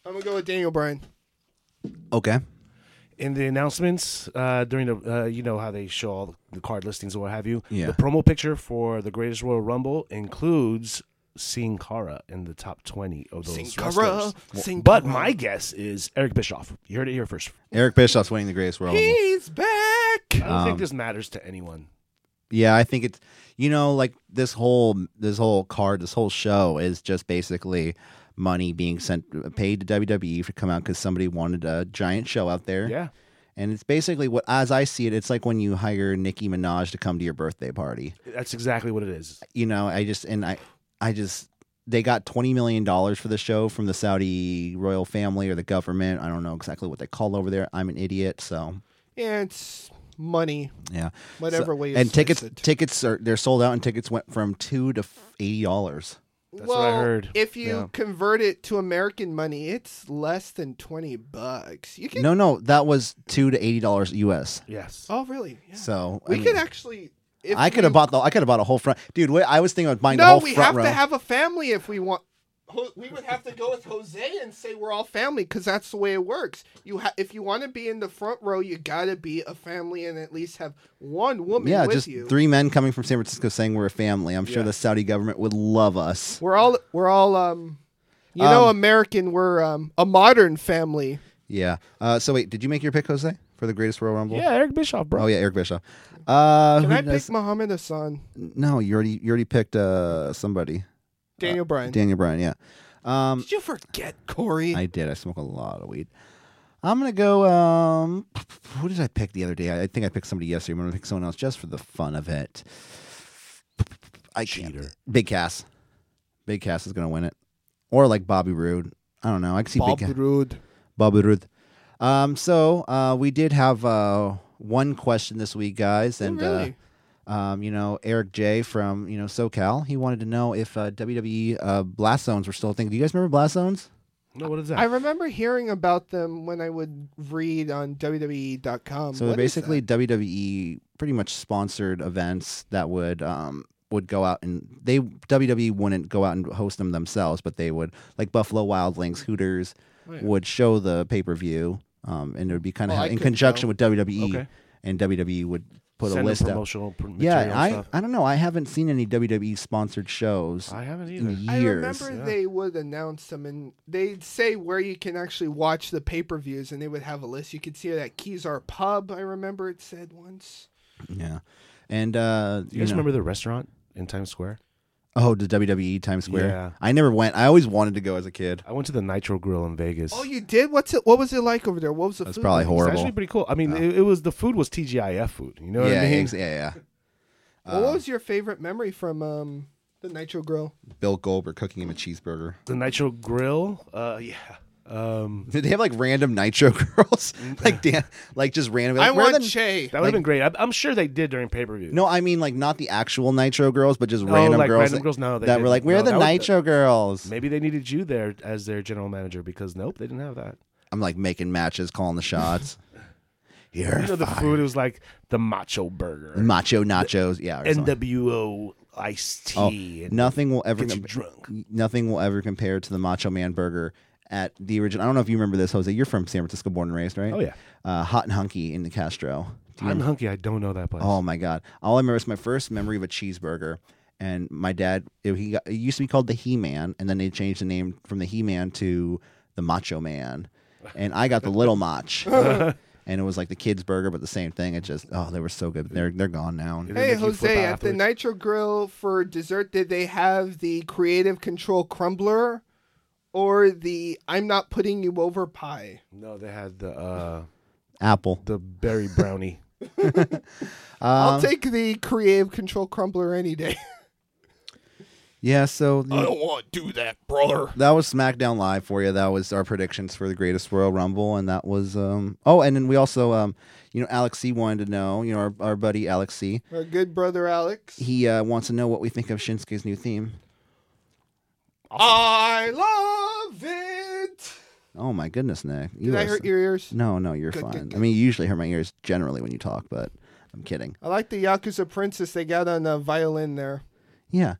I'm gonna go with Daniel Bryan. Okay. in the announcements uh, during the uh, you know how they show all the card listings or what have you. Yeah. The promo picture for the Greatest Royal Rumble includes Sin Cara in the top twenty of those Sin wrestlers. Cara, Sin but Cara. my guess is Eric Bischoff. You heard it here first. Eric Bischoff's winning the greatest Royal Rumble. He's back. I don't Um, think this matters to anyone. Yeah, I think it's you know like this whole this whole card, this whole show is just basically money being sent paid to WWE to come out because somebody wanted a giant show out there. Yeah. and it's basically what as I see it, it's like when you hire Nicki Minaj to come to your birthday party. That's exactly what it is. You know, I just and I I just they got twenty million dollars for the show from the Saudi royal family or the government. I don't know exactly what they call over there. I'm an idiot, so Yeah, it's money. yeah. Whatever way. You and slice tickets it. tickets are they're sold out and tickets went from two to f- eighty dollars That's well, what I heard. If you Yeah. convert it to American money, it's less than twenty bucks. You can. No, no, that was two to eighty dollars US. yes. Oh, really? Yeah. So we I could mean, actually. If I could have we- bought the. I could have bought a whole front. Dude, wait, I was thinking of buying the No, whole we front have row. to have a family if we want. Ho- We would have to go with Jose and say we're all family because that's the way it works. You ha- if you want to be in the front row, you gotta be a family and at least have one woman yeah, with just you. three men coming from San Francisco saying we're a family. I'm sure Yeah. the Saudi government would love us. We're all we're all um, you know, Um, American. We're um a modern family. Yeah. Uh, so wait, did you make your pick, Jose, for the greatest Royal Rumble? Yeah, Eric Bischoff, bro. Oh yeah, Eric Bischoff. Uh, Can who I does- pick Muhammad Hassan, No, you already you already picked uh somebody. Daniel Bryan? Daniel Bryan. Yeah. Um, Did you forget Corey? I did. I smoke a lot of weed. I'm gonna go. Um, who did I pick the other day? I, I think I picked somebody yesterday. I'm gonna pick someone else just for the fun of it. I Cheater. Can't. Big Cass. Big Cass is gonna win it, or like Bobby Roode. I don't know. I can see Big Cass. Rude. Bobby Roode. Um, so uh, we did have uh, one question this week, guys, and uh, Oh, really? um, you know, Eric J from you know SoCal. He wanted to know if uh, WWE uh, Blast Zones were still a thing. Do you guys remember Blast Zones? No, what is uh, that? I remember hearing about them when I would read on WWE.com. So What is basically, WWE pretty much sponsored events that would um, would go out and they WWE wouldn't go out and host them themselves, but they would like Buffalo Wild Wings, Hooters Oh, yeah. would show the pay per view, um, and it would be kind of Well, I in couldn't conjunction go. with WWE, Okay. and WWE would put Send a them list out. promotional pr- Yeah, material I stuff. I don't know. I haven't seen any WWE sponsored shows I haven't in either. I years. remember Yeah. they would announce them and they'd say where you can actually watch the pay per views and they would have a list. You could see it at Keysar Pub, I remember it said once. Yeah, and uh, You guys know- remember the restaurant in Times Square? Oh, the WWE Times Square. Yeah. I never went. I always wanted to go as a kid. I went to the Nitro Grill in Vegas. Oh, you did? What's it? What was it like over there? What was the That's food? probably like? horrible. It's actually pretty cool. I mean, it, it was the food was TGIF food. You know what yeah, I mean? ex- yeah, yeah. Well, what uh, was your favorite memory from um, the Nitro Grill? Bill Goldberg cooking him a cheeseburger. The Nitro Grill. Uh, yeah. Um, Did they have like random nitro girls? Mm-hmm. like damn, like just random. Like, I where want the- Che. that would have been great. I, I'm sure they did during pay per view. no, I mean like not the actual nitro girls, but just random Oh, like girls. random that, girls? No, they that were didn't. like, we're No, the that was- nitro girls. Maybe they needed you there as their general manager because nope, they didn't have that. I'm like making matches, calling the shots. Here, You know, the food it was like the Macho Burger, macho nachos. Yeah, or something. NWO iced Oh, tea, and nothing will ever get you compa- drunk. Nothing will ever compare to the Macho Man Burger at the original. I don't know if you remember this, Jose. You're from San Francisco, born and raised, right? Oh, yeah. Uh, hot and hunky in the Castro. I'm hunky. I don't know that place. Oh my god! All I remember is my first memory of a cheeseburger, and my dad. It, he got, it used to be called the He Man, and then they changed the name from the He Man to the Macho Man, and I got the Little Mach, and it was like the kids' burger, but the same thing. It just oh, they were so good. They're they're gone now. Did it Hey, make you flip out Jose, at the afterwards? Nitro Grill for dessert, did they have the Creative Control Crumbler or the I'm Not Putting You Over pie? No, they had the uh, Apple. the berry brownie. Um, I'll take the Creative Control Crumbler any day. Yeah, so the- want to do that, brother. that was SmackDown Live for you. That was our predictions for the greatest Royal Rumble, and that was um oh, and then we also um you know Alex C wanted to know you know our, our buddy Alex C Our good brother Alex. he uh, wants to know what we think of Shinsuke's new theme. I love it. Oh my goodness, Nick! You Did I are hurt so- your ears? No, no, you're Good, fine. good, I good. mean, you usually hurt my ears generally when you talk, but I'm kidding. I like the Yakuza Princess they got on the violin there. Yeah.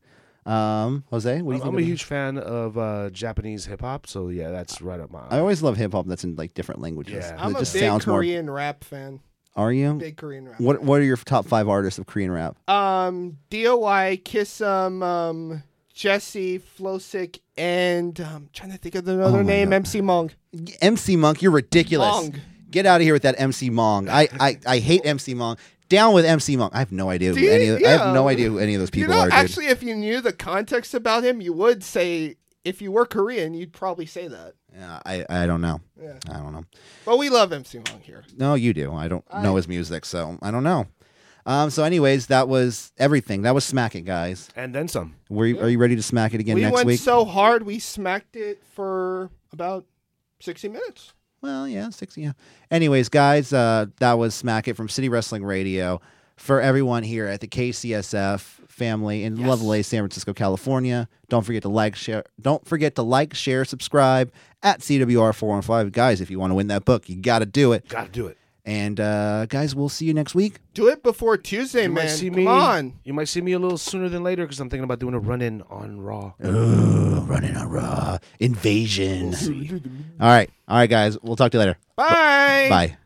Um, Jose, what do you think? I'm a of- huge fan of uh, Japanese hip hop, so yeah, that's right up my. I always love hip hop that's in like different languages. Yeah. It I'm a just big sounds Korean rap fan. more. Are you? Big Korean rap. What What are your top five artists of Korean rap? um DOI, Kissum, um Jesse, Flosick, and um trying to think of another Oh my name, God. MC Mong. MC Monk, you're ridiculous. Mong. Get out of here with that MC Mong. I, I, I hate MC Mong. Down with MC Monk. I have no idea. Who Dude, any of, I have yeah. no idea who any of those people you know, are. Dude. actually if you knew the context about him, you would say if you were Korean, you'd probably say that. Yeah, I, I don't know. Yeah. I don't know. But we love MC Mong here. No, you do. I don't know his music, so I don't know. Um, so, anyways, that was everything. That was smack it, guys. and then some. Were you, Are you ready to smack it again we next went week? so hard we smacked it for about sixty minutes. well, yeah, sixty. Yeah. Anyways, guys, uh, that was smack it from City Wrestling Radio. for everyone here at the KCSF family in Lovely, San Francisco, California. Don't forget to like, share. Don't forget to like, share, subscribe at CWR415. Guys, if you want to win that book, you got to do it. Gotta do it. And uh, guys, we'll see you next week. Do it before Tuesday, You man. might see Come me. on. You might see me a little sooner than later because I'm thinking about doing a run in on Raw. Ooh, running on raw invasion. All right, all right, guys. We'll talk to you later. Bye. Bye.